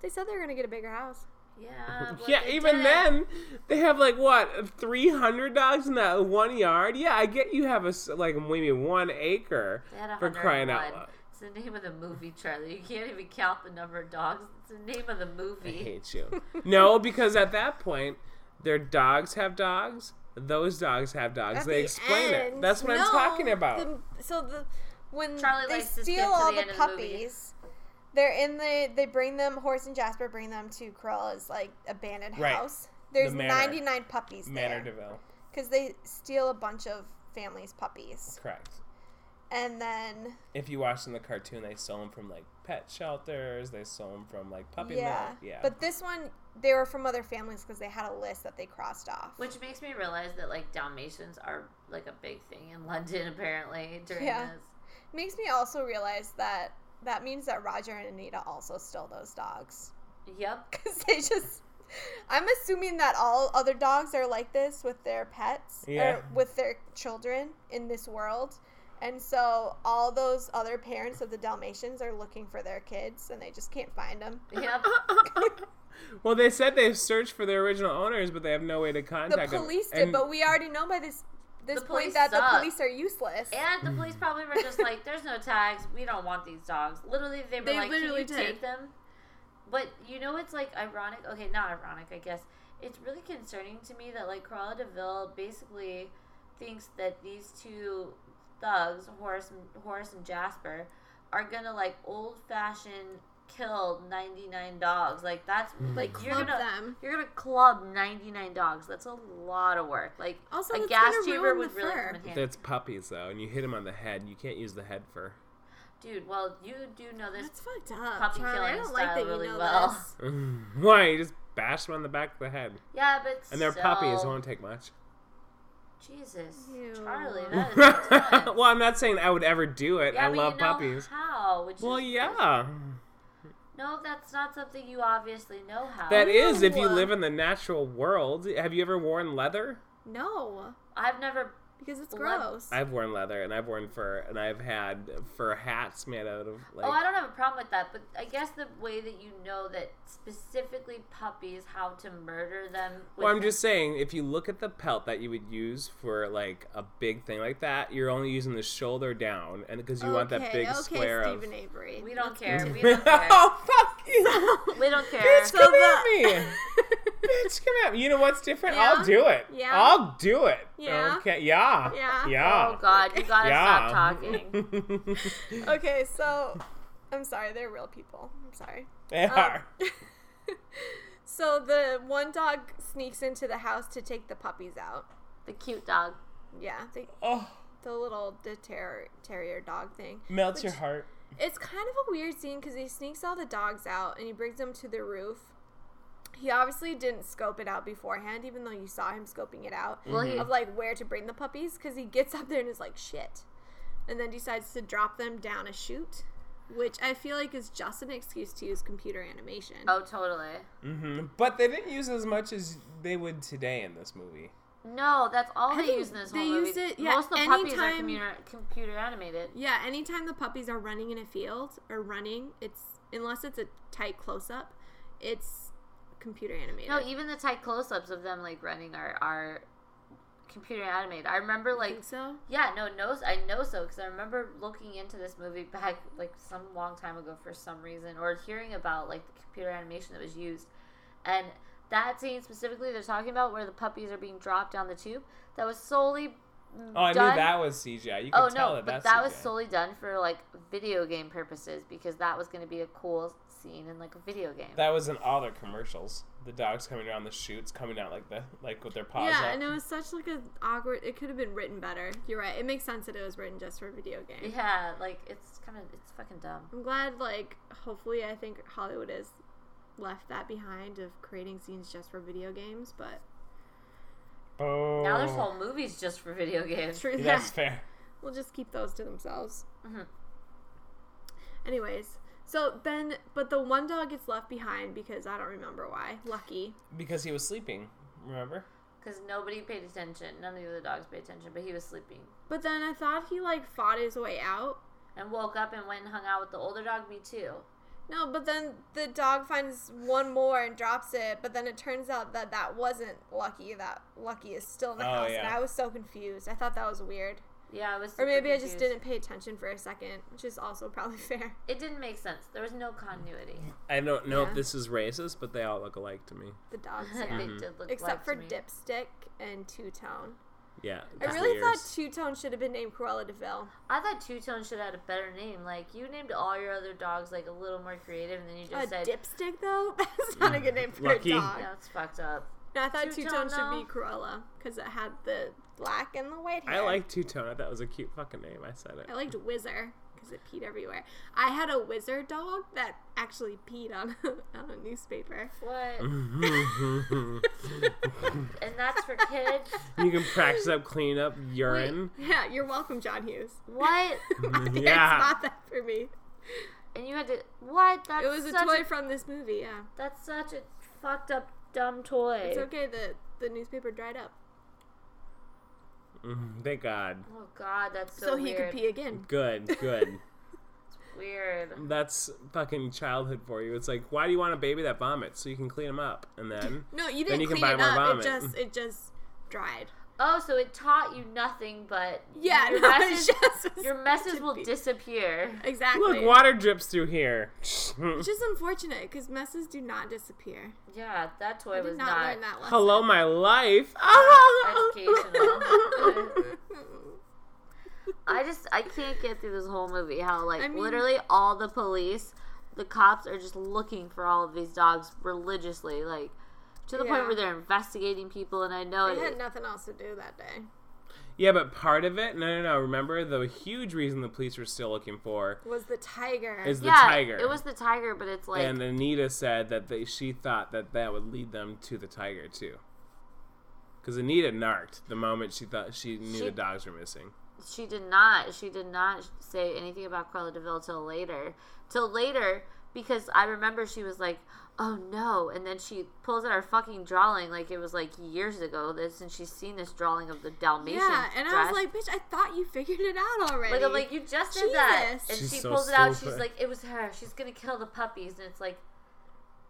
They said they were gonna get a bigger house. Yeah, but yeah, they even didn't. then, they have like what three hundred dogs in that one yard. Yeah, I get you have a s- like maybe one acre They had for crying out 101. loud. It's the name of the movie, Charlie. You can't even count the number of dogs. It's the name of the I movie. hate you. no, because at that point, their dogs have dogs. Those dogs have dogs. At they the explain it. end- That's what No, I'm talking about. the- so the when Charlie they likes to skip steal to all the the, end of the movie. puppies, they're in the. They bring them. Horse and Jasper bring them to Cruella's like abandoned Right. house. There's manor. 99 puppies Manor there Deville, because they steal a bunch of families' puppies, correct. and then If you watch in the cartoon, they stole them from like pet shelters. They stole them from like puppy yeah, milk. Yeah, But this one, they were from other families because they had a list that they crossed off. Which makes me realize that like Dalmatians are like a big thing in London apparently during Yeah. this. Makes me also realize that that means that Roger and Anita also stole those dogs. Yep. Because they just. I'm assuming that all other dogs are like this with their pets, Yeah. or with their children in this world. And so all those other parents of the Dalmatians are looking for their kids and they just can't find them. Yep. well, they said they've searched for their original owners, but they have no way to The contact them. police did, And- but we already know by this this The point police that suck. the police are useless. and the police probably were just like, "There's no tags. We don't want these dogs." Literally, they were They like, literally "Can did. you take them?" But you know, it's like ironic. Okay, not ironic, I guess. It's really concerning to me that like Cruella Deville basically thinks that these two thugs, Horace, and- Horace and Jasper, are gonna like old fashioned kill 99 dogs. Like that's Mm. like you're club gonna them. you're gonna club 99 dogs. That's a lot of work. Like Also, a that's gas gonna chamber ruin would the really fur. come in handy. That's puppies though, and you hit them on the head. You can't use the head for. Dude, well, you do know this. That's fucked up. Puppy Charlie. I killing don't like style that you really know well. this. Why? You just bash them on the back of the head, Yeah, but and they're still- puppies. It won't take much. Jesus, Ew. Charlie, that is intense. well, I'm not saying I would ever do it. yeah, I but love you know puppies. How? Which Well, is, yeah, No, that's not something you obviously know how. that is if you Ew. live in the natural world. Have you ever worn leather? No, I've never. because it's Blood- gross. I've worn leather, and I've worn fur, and I've had fur hats made out of like. oh, I don't have a problem with that, but I guess the way that you know that specifically puppies how to murder them. With, Well, I'm just saying, if you look at the pelt that you would use for like a big thing like that, you're only using the shoulder down, and because you want that big okay, square Stephen of. Avery. We don't care. We don't care. oh fuck you! we don't care. Bitch, So come at the- me! Bitch, come at me! You know what's different? I'll Yeah. do it. Yeah. I'll do it. Yeah. Okay. Yeah. Yeah. Oh Yeah. God, you gotta yeah. stop talking. Okay, so I'm sorry, they're real people. I'm sorry. Um, they are. So the one dog sneaks into the house to take the puppies out. The cute dog. Yeah, the, Oh, the little de ter- terrier dog thing. melts Which- your heart. It's kind of a weird scene because he sneaks all the dogs out and he brings them to the roof. He obviously didn't scope it out beforehand, even though you saw him scoping it out Well, he of like where to bring the puppies because he gets up there and is like, shit. And then decides to drop them down a chute, which I feel like is just an excuse to use computer animation. Oh, totally. hmm But they didn't use as much as they would today in this movie. No, that's all I they think use in this they whole movie. used it- yeah, Most of the puppies are anytime- computer, computer animated. Yeah, anytime the puppies are running in a field or running, it's unless it's a tight close up, It's computer animated. No, even the tight close-ups of them like running are are computer animated. I remember You like think so? yeah, no, no, I know so because I remember looking into this movie back like some long time ago for some reason, or hearing about like the computer animation that was used, and that scene specifically they're talking about where the puppies are being dropped down the tube. That was solely Oh, I done- knew that was CGI. You could Oh tell no, that but that's that was CGI. solely done for like video game purposes because that was going to be a cool scene in like a video game. That was in all their commercials. The dogs coming down the chutes, coming out like the like with their paws yeah, up. and it was such like an awkward. It could have been written better. You're right. It makes sense that it was written just for a video game. yeah, like it's kind of it's fucking dumb. I'm glad, like, hopefully, I think Hollywood has left that behind of creating scenes just for video games. But Boom. Now there's whole movies just for video games. true Yeah, that That's fair. Mm-hmm. we'll just keep those to themselves. Mhm. Anyways, so then, but the one dog gets left behind because I don't remember why. Lucky. Because he was sleeping, remember? Because nobody paid attention. None of the other dogs paid attention, but he was sleeping. But then I thought he like fought his way out. And woke up and went and hung out with the older dog, me too. No, but then the dog finds one more and drops it. But then it turns out that that wasn't Lucky. That Lucky is still in the Oh, house, and yeah. I was so confused. I thought that was weird, Yeah, I was. or super maybe I just confused. didn't pay attention for a second, which is also probably fair. It didn't make sense. There was no continuity. I don't know Yeah. if this is racist, but they all look alike to me. The dogs, they yeah. did look except like for to me. Dipstick and Two Tone. Yeah. I just the really thought ears. Two Tone should have been named Cruella Deville. I thought Two Tone should have had a better name. Like you named all your other dogs like a little more creative, and then you A just said, Uh, Dipstick though, that's not a good name for Lucky. a dog. "Yeah, it's fucked up." No, I thought Two Tone Two-Tone, should be though? Cruella because it had the black and the white hair. I like Two Tone. I thought it was a cute fucking name. I said it. I liked Whizzer because it peed everywhere. I had a Whizzer dog that actually peed on a, on a newspaper. What? you And that's for kids. can practice up cleaning up urine. Yeah, you're welcome, John Hughes. What? My parents Mm, Yeah. bought that for me. And you had to what? That's It was a such toy from this movie. Yeah, that's such a fucked up dumb toy. it's okay. The the newspaper dried up, Mm, Thank God. Oh god, that's so, so, he weird. could pee again. Good, good. Weird. That's fucking childhood for you. It's like, why do you want a baby that vomits so you can clean him up? And then No, you Then didn't you can clean buy it more up. vomit. It just it just dried. Oh, so it taught you nothing, but Yeah, your no, it messes, just was your messes meant to will be. disappear. Exactly. look, water drips through here. Which is unfortunate because messes do not disappear. Yeah, that toy I was did not, learn that lesson. Hello, my life. educational. I just I can't get through this whole movie. How like I mean- literally all the police, the cops are just looking for all of these dogs religiously, like to the point Yeah. where they're investigating people. And I know I it, had nothing else to do that day. Yeah, but part of it, no, no, no. Remember the huge reason the police were still looking for Was the tiger? is the yeah, tiger. it was the tiger, but it's like and Anita said that they, she thought that that would lead them to the tiger too. Because Anita narked the moment she thought she knew She- the dogs were missing. She did not. She did not say anything about Cruella Deville till later. Till later, because I remember she was like, "Oh no!" And then she pulls out her fucking drawing, like it was like years ago. That since she's seen this drawing of the Dalmatian. yeah, and I dress. was like, bitch, I thought you figured it out already. Like, I'm like, you just did that. Jesus. And She's she so pulls it out. She's stupid. like, it was her. She's going to kill the puppies. And it's like,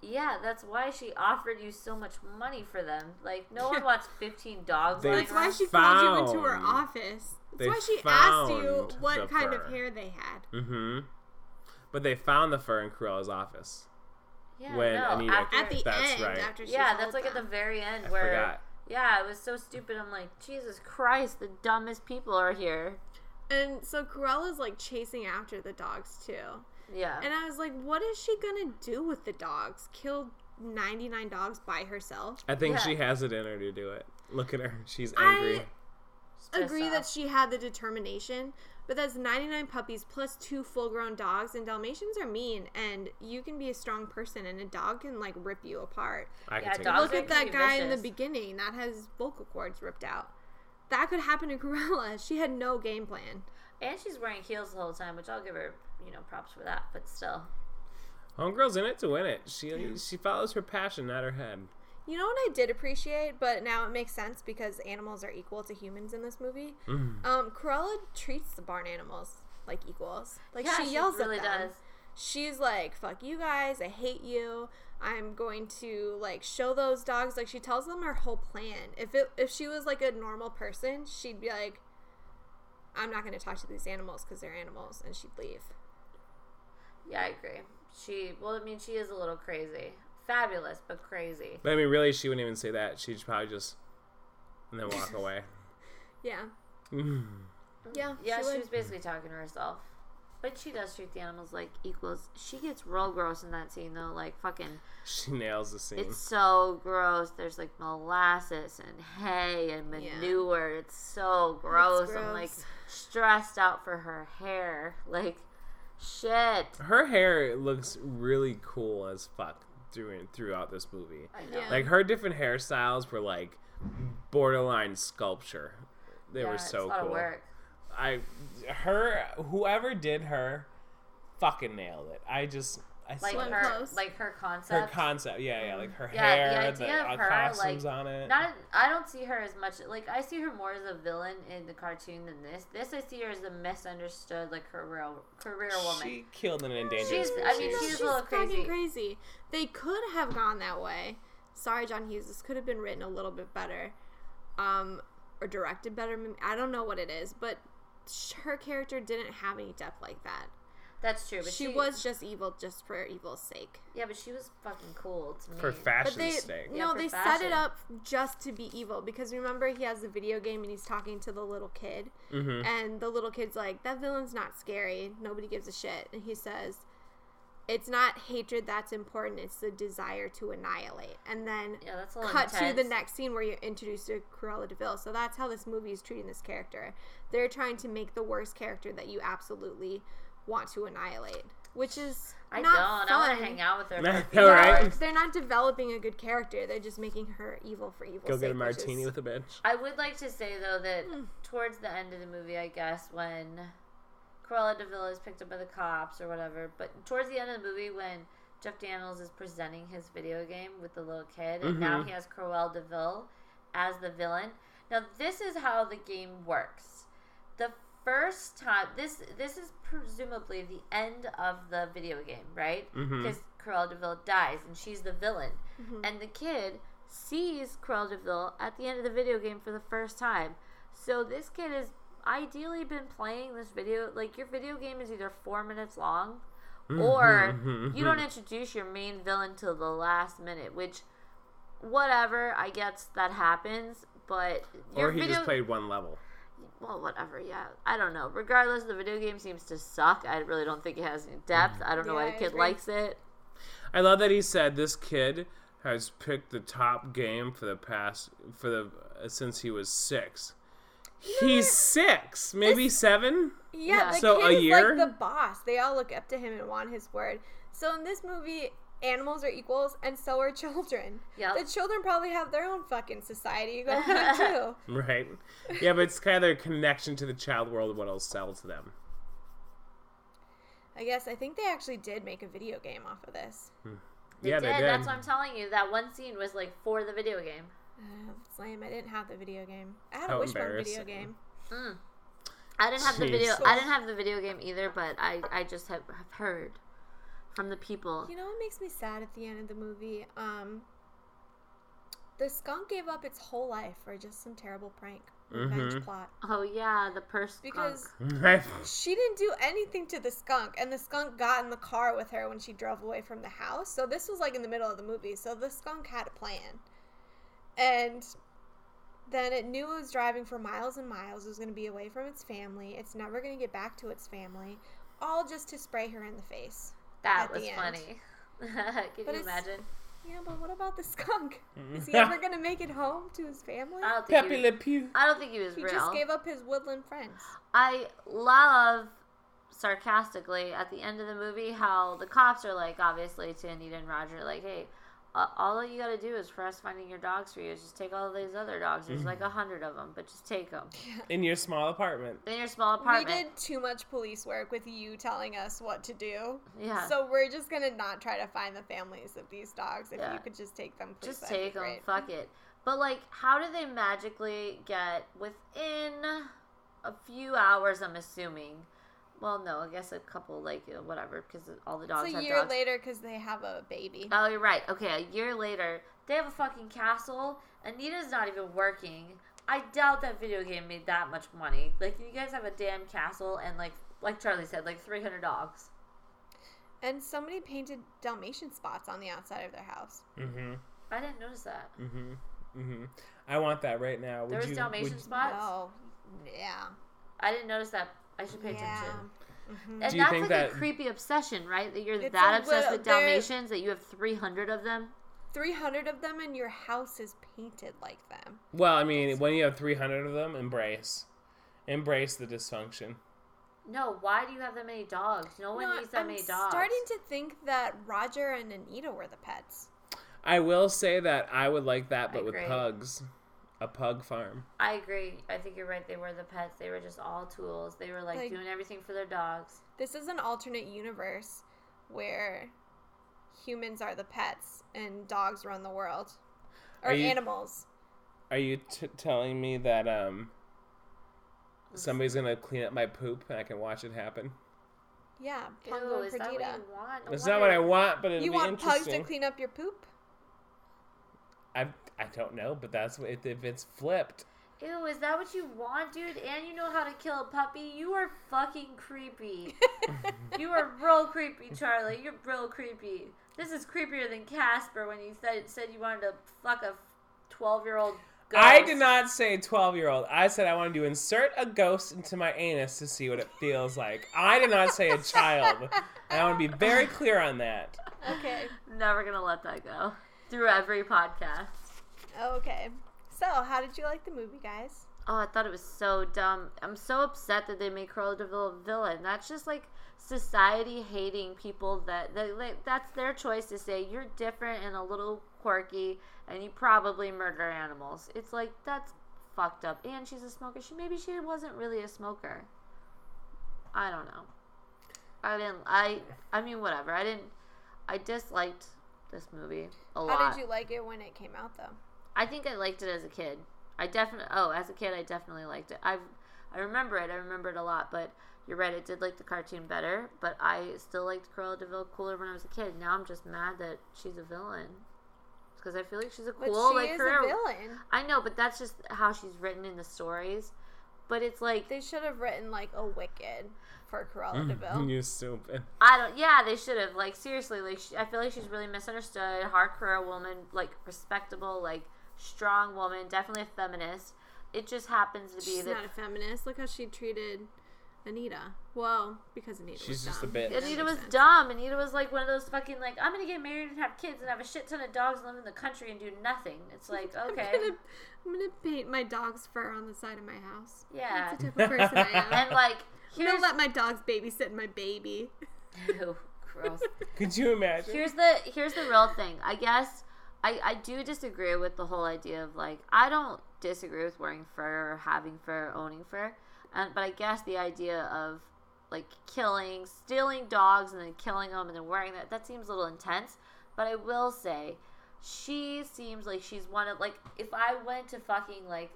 yeah, that's why she offered you so much money for them. Like, no one wants 15 dogs. They- lying that's why around. she called you into her found- office. they That's why she asked you found the what kind fur. of hair they had. hmm But they found the fur in Cruella's office. yeah, when no, Anita- after- At the That's end, right. after she yeah, told that's like at the them. very end I where. forgot. Yeah, it was so stupid. I'm like, Jesus Christ, the dumbest people are here. And so Corella's like chasing after the dogs too. Yeah. And I was like, what is she gonna do with the dogs? Kill 99 dogs by herself? I think Yeah. she has it in her to do it. Look at her. She's angry. I Just pissed agree that off. she had the determination, but that's 99 puppies plus two full grown dogs, and Dalmatians are mean, and you can be a strong person, and a dog can like rip you apart. I, can Yeah, take dogs it. Look at They can that be guy in the vicious. beginning that has vocal cords ripped out. That could happen to Corella. She had no game plan. And she's wearing heels the whole time, which I'll give her, you know, props for that. But still. Homegirl's in it to win it. She she follows her passion, not her head. You know what I did appreciate, but now it makes sense because animals are equal to humans in this movie. Um, Corella treats the barn animals like equals. Like Yeah, she yells really at them. does. she's like, fuck you guys, I hate you. I'm going to like show those dogs like she tells them her whole plan. If it if she was like a normal person, she'd be like I'm not going to talk to these animals cuz they're animals and she'd leave. Yeah, I agree. She well, I mean, she is a little crazy. Fabulous, but crazy. But I mean, really, she wouldn't even say that. She'd probably just and then walk away. Yeah. Mm. Yeah. Yeah, she, would. was basically talking to herself. But she does treat the animals like equals. She gets real gross in that scene though, like fucking she nails the scene. it's so gross. There's like molasses and hay and Yeah. manure. It's so gross. I'm like gross. stressed out for her hair. Like shit. her hair looks really cool as fuck during throughout this movie. I know. Yeah. Like her different hairstyles were like borderline sculpture. They Yeah, were it's a so lot cool. of work. I her whoever did her fucking nailed it. I just I Like saw Slim her clothes. like her her concept. concept. Yeah, yeah, like her Yeah, the hair, the, idea of uh, her, costumes like, on it. Not, I don't see her as much. Like I see her more as a villain in the cartoon than this. This I see her as a misunderstood, like career career woman. She killed an endangered She's- species. I mean, No, she's she's a little fucking crazy. crazy. They could have gone that way. Sorry, John Hughes. This could have been written a little bit better, um, or directed better. m- I don't know what it is, but sh- her character didn't have any depth like that. That's true. But she, she, was just evil, just for evil's sake. Yeah, but she was fucking cool to me. For But fashion's they sake. no, Yeah, for they set fashion. it up just to be evil because remember he has the video game and he's talking to the little kid, Mm-hmm. and the little kid's like, "That villain's not scary. Nobody gives a shit." And he says, "It's not hatred that's important. It's the desire to annihilate." And then Yeah, that's a little cut intense. to the next scene where you're introduced to Cruella Deville. So that's how this movie is treating this character. They're trying to make the worst character that you absolutely want to annihilate, which is I not don't. I want fun. to hang out with her. I For a few know, right? hours. They're not developing a good character. They're just making her evil for evil. Go get a martini with a bitch. I would like to say though that towards the end of the movie, I guess when Cruella Deville is picked up by the cops or whatever, but towards the end of the movie when Jeff Daniels is presenting his video game with the little kid, and now Mhm. he has Cruella Deville as the villain. Now this is how the game works. The first time this this is presumably the end of the video game, right? Mhm. Because Cruella Deville dies and she's the villain. And the kid sees Cruella Deville at the end of the video game for the first time. So this kid has ideally been playing this video. Like your video game is either four minutes long, or Mhm, you mhm, don't mhm. introduce your main villain till the last minute. Which, whatever, I guess that happens. But your Or he video, just played one level. well, whatever. Yeah, I don't know. Regardless, the video game seems to suck. I really don't think it has any depth. Mm. I don't know Yeah, why I the kid agree. likes it. I love that he said this kid has picked the top game for the past for the uh, since he was six. He's six, maybe seven. Yeah, Yeah. the So, kid a is year? like the boss. They all look up to him and want his word. So in this movie, animals are equals, and so are children. Yep. The children probably have their own fucking society going on too. Right. Yeah, but it's kind of their connection to the child world what'll sell to them. I guess I think they actually did make a video game off of this. They yeah, did. they did. That's what I'm telling you. That one scene was like for the video game. Uh, that's lame. I didn't have the video game. I had How a Wishbone video embarrassing. game. Mm. I didn't have the video. Jeez. I didn't have the video game either, but I, I just have, have heard from the people. You know what makes me sad at the end of the movie? Um, the skunk gave up its whole life for just some terrible prank revenge Mhm. plot Oh yeah, the purse. skunk. because. Right. She didn't do anything to the skunk, and the skunk got in the car with her when she drove away from the house. So this was like in the middle of the movie. So the skunk had a plan, and then it knew it was driving for miles and miles. It was going to be away from its family. It's never going to get back to its family, all just to spray her in the face. that at was the end. funny. Can But you it's- imagine? Yeah, but what about the skunk? Is he ever going to make it home to his family? I don't think Pepe he Le was, Pew. I don't think he was He real. just gave up his woodland friends. I love sarcastically at the end of the movie how the cops are like, obviously to Anita and Roger, like, hey, uh, all you got to do is for us finding your dogs for you is just take all these other dogs. There's like a hundred of them, but just take them. in your small apartment. In your small apartment. We did too much police work with you telling us what to do. Yeah. So we're just gonna not try to find the families of these dogs. If Yeah. you could just take them, please. Just that'd be take them. great. Fuck it. But like, how do they magically get within a few hours? I'm assuming Well, no, I guess a couple, like uh, whatever, because all the dogs It's a have year dogs. later because they have a baby. Oh, you're right. Okay, a year later, they have a fucking castle. Anita's not even working. I doubt that video game made that much money. Like, you guys have a damn castle and like, like Charlie said, like 300 dogs. And somebody painted Dalmatian spots on the outside of their house. Mm-hmm. I didn't notice that. Mm-hmm. Mm-hmm. I want that right now. Would There was you, Dalmatian would- spots. Oh, yeah. I didn't notice that. I should pay Yeah. attention. Mhm. And Do you that's think like a that- creepy obsession, right? That you're It's that a obsessed little- with there- Dalmatians that you have 300 of them. 300 of them, and your house is painted like them. Well, I mean, when you have 300 of them, embrace. Embrace the dysfunction. No, why do you have that many dogs? No one No, needs that I'm many dogs. starting to think that Roger and Anita were the pets. I will say that I would like that, I but with agree. pugs. A pug farm. I agree. I think you're right. They were the pets. They were just all tools. They were like, Like- doing everything for their dogs. This is an alternate universe where humans are the pets and dogs run the world. Or Are you- animals. Are you t- telling me that um somebody's gonna clean up my poop and I can watch it happen? Yeah, Ew, Pongo and is that what Perdita. you want? No That's wonder- not what I want, but it'd You be want pugs to interesting. clean up your poop? I I don't know, but that's what if, if it's flipped. Ew, is that what you want, dude? And you know how to kill a puppy? You are fucking creepy. you are real creepy, Charlie. You're real creepy. This is creepier than Casper when you said said you wanted to fuck a twelve year old. I did not say 12 year old. I said I wanted to insert a ghost into my anus to see what it feels like. I did not say a child. And I want to be very clear on that. Okay. Never gonna let that go through every podcast. Okay. So, how did you like the movie, guys? Oh, I thought it was so dumb. I'm so upset that they made Cruella de Vil a villain. That's just like society hating people that they, like, that's their choice to say you're different and a little quirky and you probably murder animals. It's like that's fucked up. And she's a smoker. She maybe she wasn't really a smoker. I don't know. I didn't. I. I mean, whatever. I didn't. I disliked this movie a lot. How did you like it when it came out, though? I think I liked it as a kid. I definitely oh, as a kid I definitely liked it. I've I remember it. I remember it a lot, but you're right. I did like the cartoon better, but I still liked Cruella de Vil cooler when I was a kid. Now I'm just mad that she's a villain because I feel like she's a But cool she like is career. a villain. I know, but that's just how she's written in the stories. But it's like They should have written like a Wicked for Mm, Cruella de Vil. You're stupid. I don't. Yeah, they should have. Like seriously, like she, I feel like she's really misunderstood. Hardcore woman, like respectable, like strong woman, definitely a feminist. It just happens to be She's that not a feminist. Look how she treated Anita. Well, because Anita was She's just a dumb. bitch. That Anita makes was sense. dumb. Anita was like one of those fucking like I'm gonna get married and have kids and have a shit ton of dogs and live in the country and do nothing. It's like okay, I'm gonna, I'm gonna paint my dog's fur on the side of my house. yeah, That's the type of person I am. and like I'm gonna here's let my dogs babysit my baby. Ew, gross. Could you imagine? Here's the here's the real thing. I guess I I do disagree with the whole idea of like I don't disagree with wearing fur or having fur or owning fur, and but I guess the idea of like killing, stealing dogs and then killing them and then wearing that that seems a little intense. But I will say, she seems like she's one of like if I went to fucking like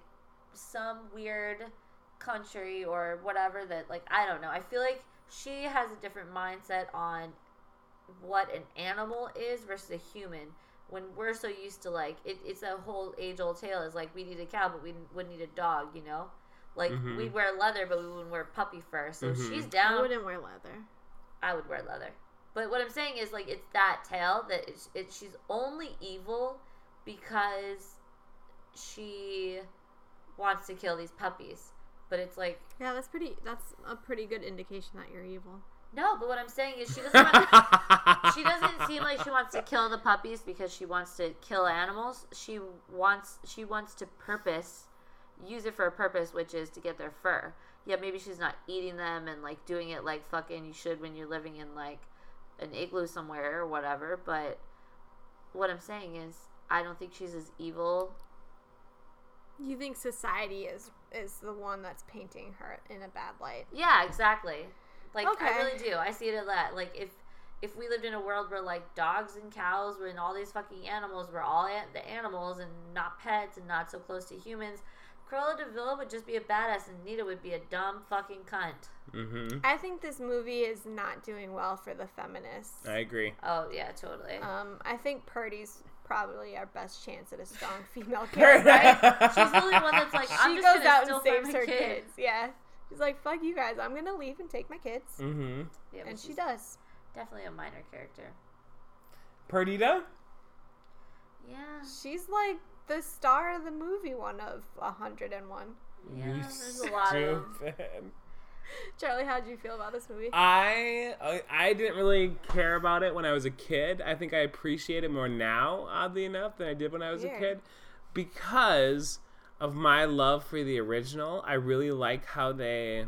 some weird country or whatever that like I don't know. I feel like she has a different mindset on what an animal is versus a human. When we're so used to like it, it's a whole age old tale is like we need a cow but we wouldn't need a dog, you know? Like Mhm. we wear leather but we wouldn't wear puppy fur. So Mhm. she's I down wouldn't wear leather. I would wear leather. But what I'm saying is, like, it's that tale that it's, it, she's only evil because she wants to kill these puppies. But it's like, Yeah, that's pretty. That's a pretty good indication that you're evil. no, but what I'm saying is she doesn't want she doesn't seem like she wants to kill the puppies because she wants to kill animals. She wants she wants to purpose use it for a purpose, which is to get their fur. Yeah, maybe she's not eating them and like doing it like fucking you should when you're living in like an igloo somewhere or whatever. But what I'm saying is, I don't think she's as evil. You think society is is the one that's painting her in a bad light? Yeah, exactly. Like I Okay. really do. I see it a lot. Like if if we lived in a world where like dogs and cows were and all these fucking animals were all an- the animals and not pets and not so close to humans, Cruella de Vil would just be a badass, and Nita would be a dumb fucking cunt. Mm-hmm. I think this movie is not doing well for the feminists. I agree. Oh yeah, totally. Um, I think Purdy's probably our best chance at a strong female character. Right? She's the only one that's like, I'm she just goes gonna out still and find saves my her kid. kids. Yeah. She's like, fuck you guys. I'm going to leave and take my Mm. kids. Mm-hmm. Yeah, but And she she's does. definitely a minor character. Perdita? Yeah. She's like the star of the movie, one of 101. Yeah, You there's a lot of them. stupid. Charlie, how did you feel about this movie? I I- I didn't really care about it when I was a kid. I think I appreciate it more now, oddly enough, than I did when I was a Weird. kid, because of my love for the original. I really like how they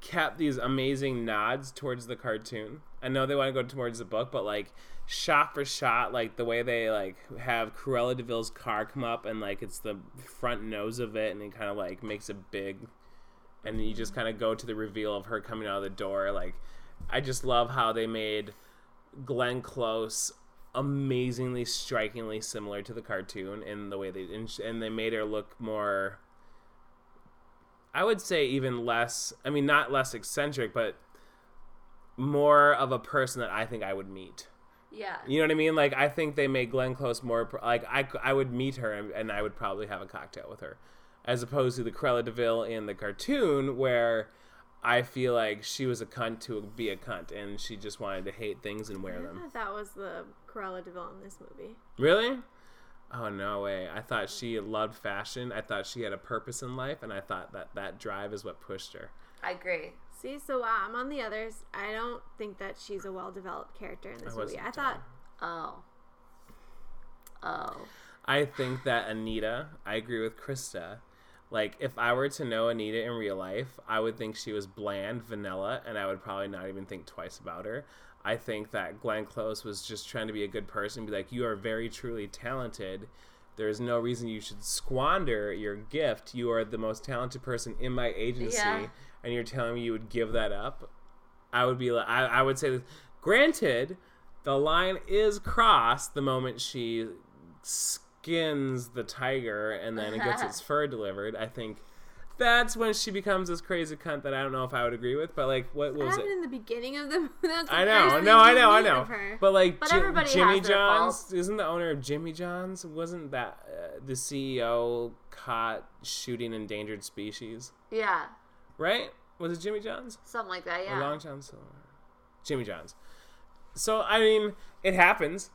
kept these amazing nods towards the cartoon. I know they want to go towards the book, but like shot for shot, like the way they like have Cruella Deville's car come up and like it's the front nose of it, and it kind of like makes a big and you just kind of go to the reveal of her coming out of the door. Like, I just love how they made Glenn Close amazingly, strikingly similar to the cartoon in the way they and, sh- and they made her look more. I would say even less. I mean, not less eccentric, but more of a person that I think I would meet. Yeah. You know what I mean? Like, I think they made Glenn Close more. pr- Like, I, c- I would meet her and, and I would probably have a cocktail with her, as opposed to the Cruella Deville in the cartoon, where I feel like she was a cunt to be a cunt and she just wanted to hate things and wear I them. thought that was the Cruella Deville in this movie. Really? Oh no way! I thought she loved fashion. I thought she had a purpose in life, and I thought that that drive is what pushed her. I agree. See, so wow, I'm on the others. I don't think that she's a well-developed character in this movie. wasn't I thought Oh. Oh. I think that Anita, I agree with Krista. Like, if I were to know Anita in real life, I would think she was bland, vanilla, and I would probably not even think twice about her. I think that Glenn Close was just trying to be a good person, be like, you are very truly talented. There is no reason you should squander your gift. You are the most talented person in my agency, Yeah. and you're telling me you would give that up? I would be like, I, I would say this. Granted, the line is crossed the moment she skins the tiger and then it gets its fur delivered. I think that's when she becomes this crazy cunt that I don't know if I would agree with, but like, what that was happened it? in the beginning of the. That's the I first know, thing no, I you know, I meet know. of her. But like, But Jim- everybody has Jimmy their John's faults. isn't the owner of Jimmy John's? Wasn't that uh, the CEO caught shooting endangered species? Yeah. Right? Was it Jimmy John's? Something like that. Or Yeah. Long John Silver. Jimmy John's. So I mean, it happens.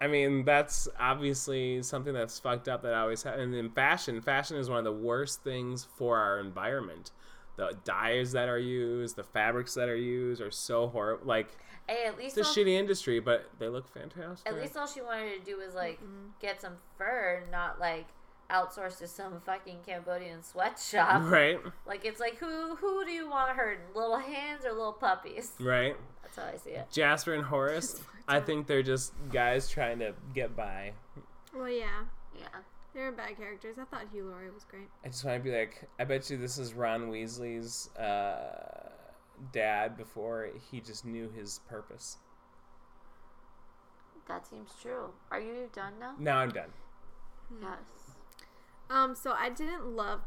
I mean, that's obviously something that's fucked up that always happens. And in fashion, fashion is one of the worst things for our environment. The dyes that are used, the fabrics that are used, are so horrible. Like hey, at least it's a all- shitty industry, but they look fantastic. At least all she wanted to do was like get some fur, not like outsource to some fucking Cambodian sweatshop. right, Like it's like who who do you want her little hands or little puppies? right. That's how I see it. Jasper and Horace, I think they're just guys trying to get by. Well, yeah, Yeah. they were bad characters. I thought Hugh Laurie was great. I just want to be like, I bet you this is Ron Weasley's uh, dad before he just knew his purpose. That seems true. Are you done now? Now I'm done. Mm-hmm. Yes. Um, so I didn't love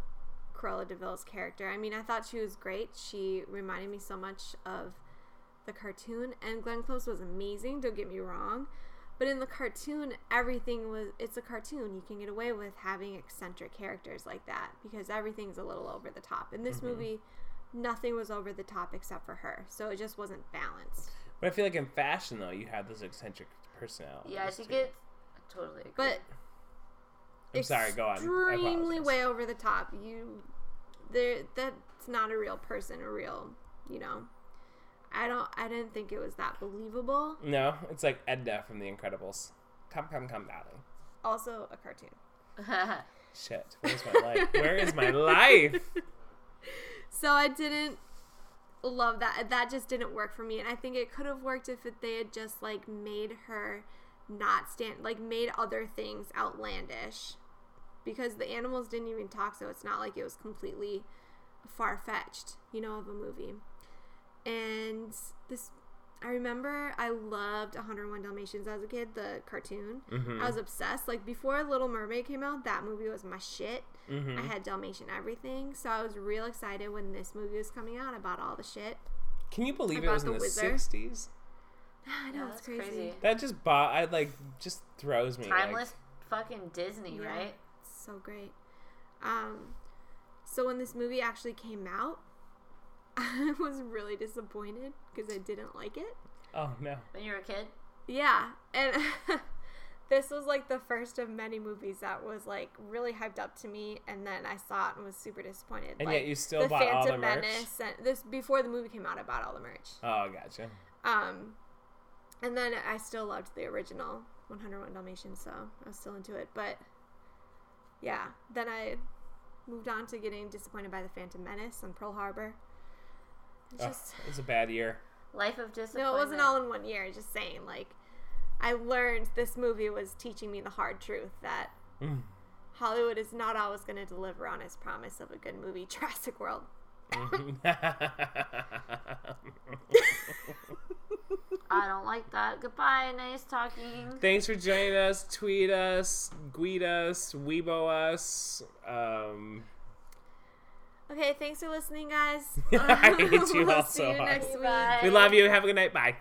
Cruella Deville's character. I mean, I thought she was great. She reminded me so much of the cartoon, and Glenn Close was amazing. Don't get me wrong, but in the cartoon, everything was—it's a cartoon. You can get away with having eccentric characters like that because everything's a little over the top. In this movie, nothing was over the top except for her, so it just wasn't balanced. But I feel like in fashion, though, you have those eccentric personalities. Yeah, she too. gets totally. Agree. But I'm sorry, go on. I Extremely apologize. way over the top. You, there. That's not a real person. A real, you know. I don't. I didn't think it was that believable. No, it's like Edna from The Incredibles. Come, come, come, darling. Also, a cartoon. Shit, where's my life? Where is my life? So I didn't love that. That just didn't work for me. And I think it could have worked if it- they had just like made her not stand, like made other things outlandish, because the animals didn't even talk. So it's not like it was completely far fetched, you know, of a movie. And this I remember I loved 101 Dalmatians as a kid, the cartoon. Mhm. I was obsessed. Like before Little Mermaid came out, that movie was my shit. I Mm-hmm. had Dalmatian everything, so I was real excited when this movie was coming out. I bought all the shit. Can you believe I it was bought in the the Wizard. '60s? I know Yeah, it's that's crazy. crazy. That just bought. I like just throws me. like- Timeless fucking Disney, Yeah. right? It's so great. Um, so when this movie actually came out, I was really disappointed because I didn't like it. oh no. When you were a kid. Yeah, and this was like the first of many movies that was like really hyped up to me, and then I saw it and was super disappointed. And like, yet you still bought all the merch? and this before the movie came out, I bought all the merch. Oh, gotcha. Um, and then I still loved the original 101 Dalmatians, so I was still into it. But yeah, then I moved on to getting disappointed by the Phantom Menace and Pearl Harbor. It's Oh, just it was a bad year. Life of disappointment. no, it wasn't all in one year. Just saying, like I learned this movie was teaching me the hard truth that. Mm. Hollywood is not always going to deliver on its promise of a good movie. Jurassic World. Mm-hmm. I don't like that. Goodbye. Nice talking. Thanks for joining us. Tweet us, tweet us, weebo us. Um, Okay, thanks for listening, guys. I hate you we'll all see so you much. next week. Bye. we love you. Have a good night. Bye.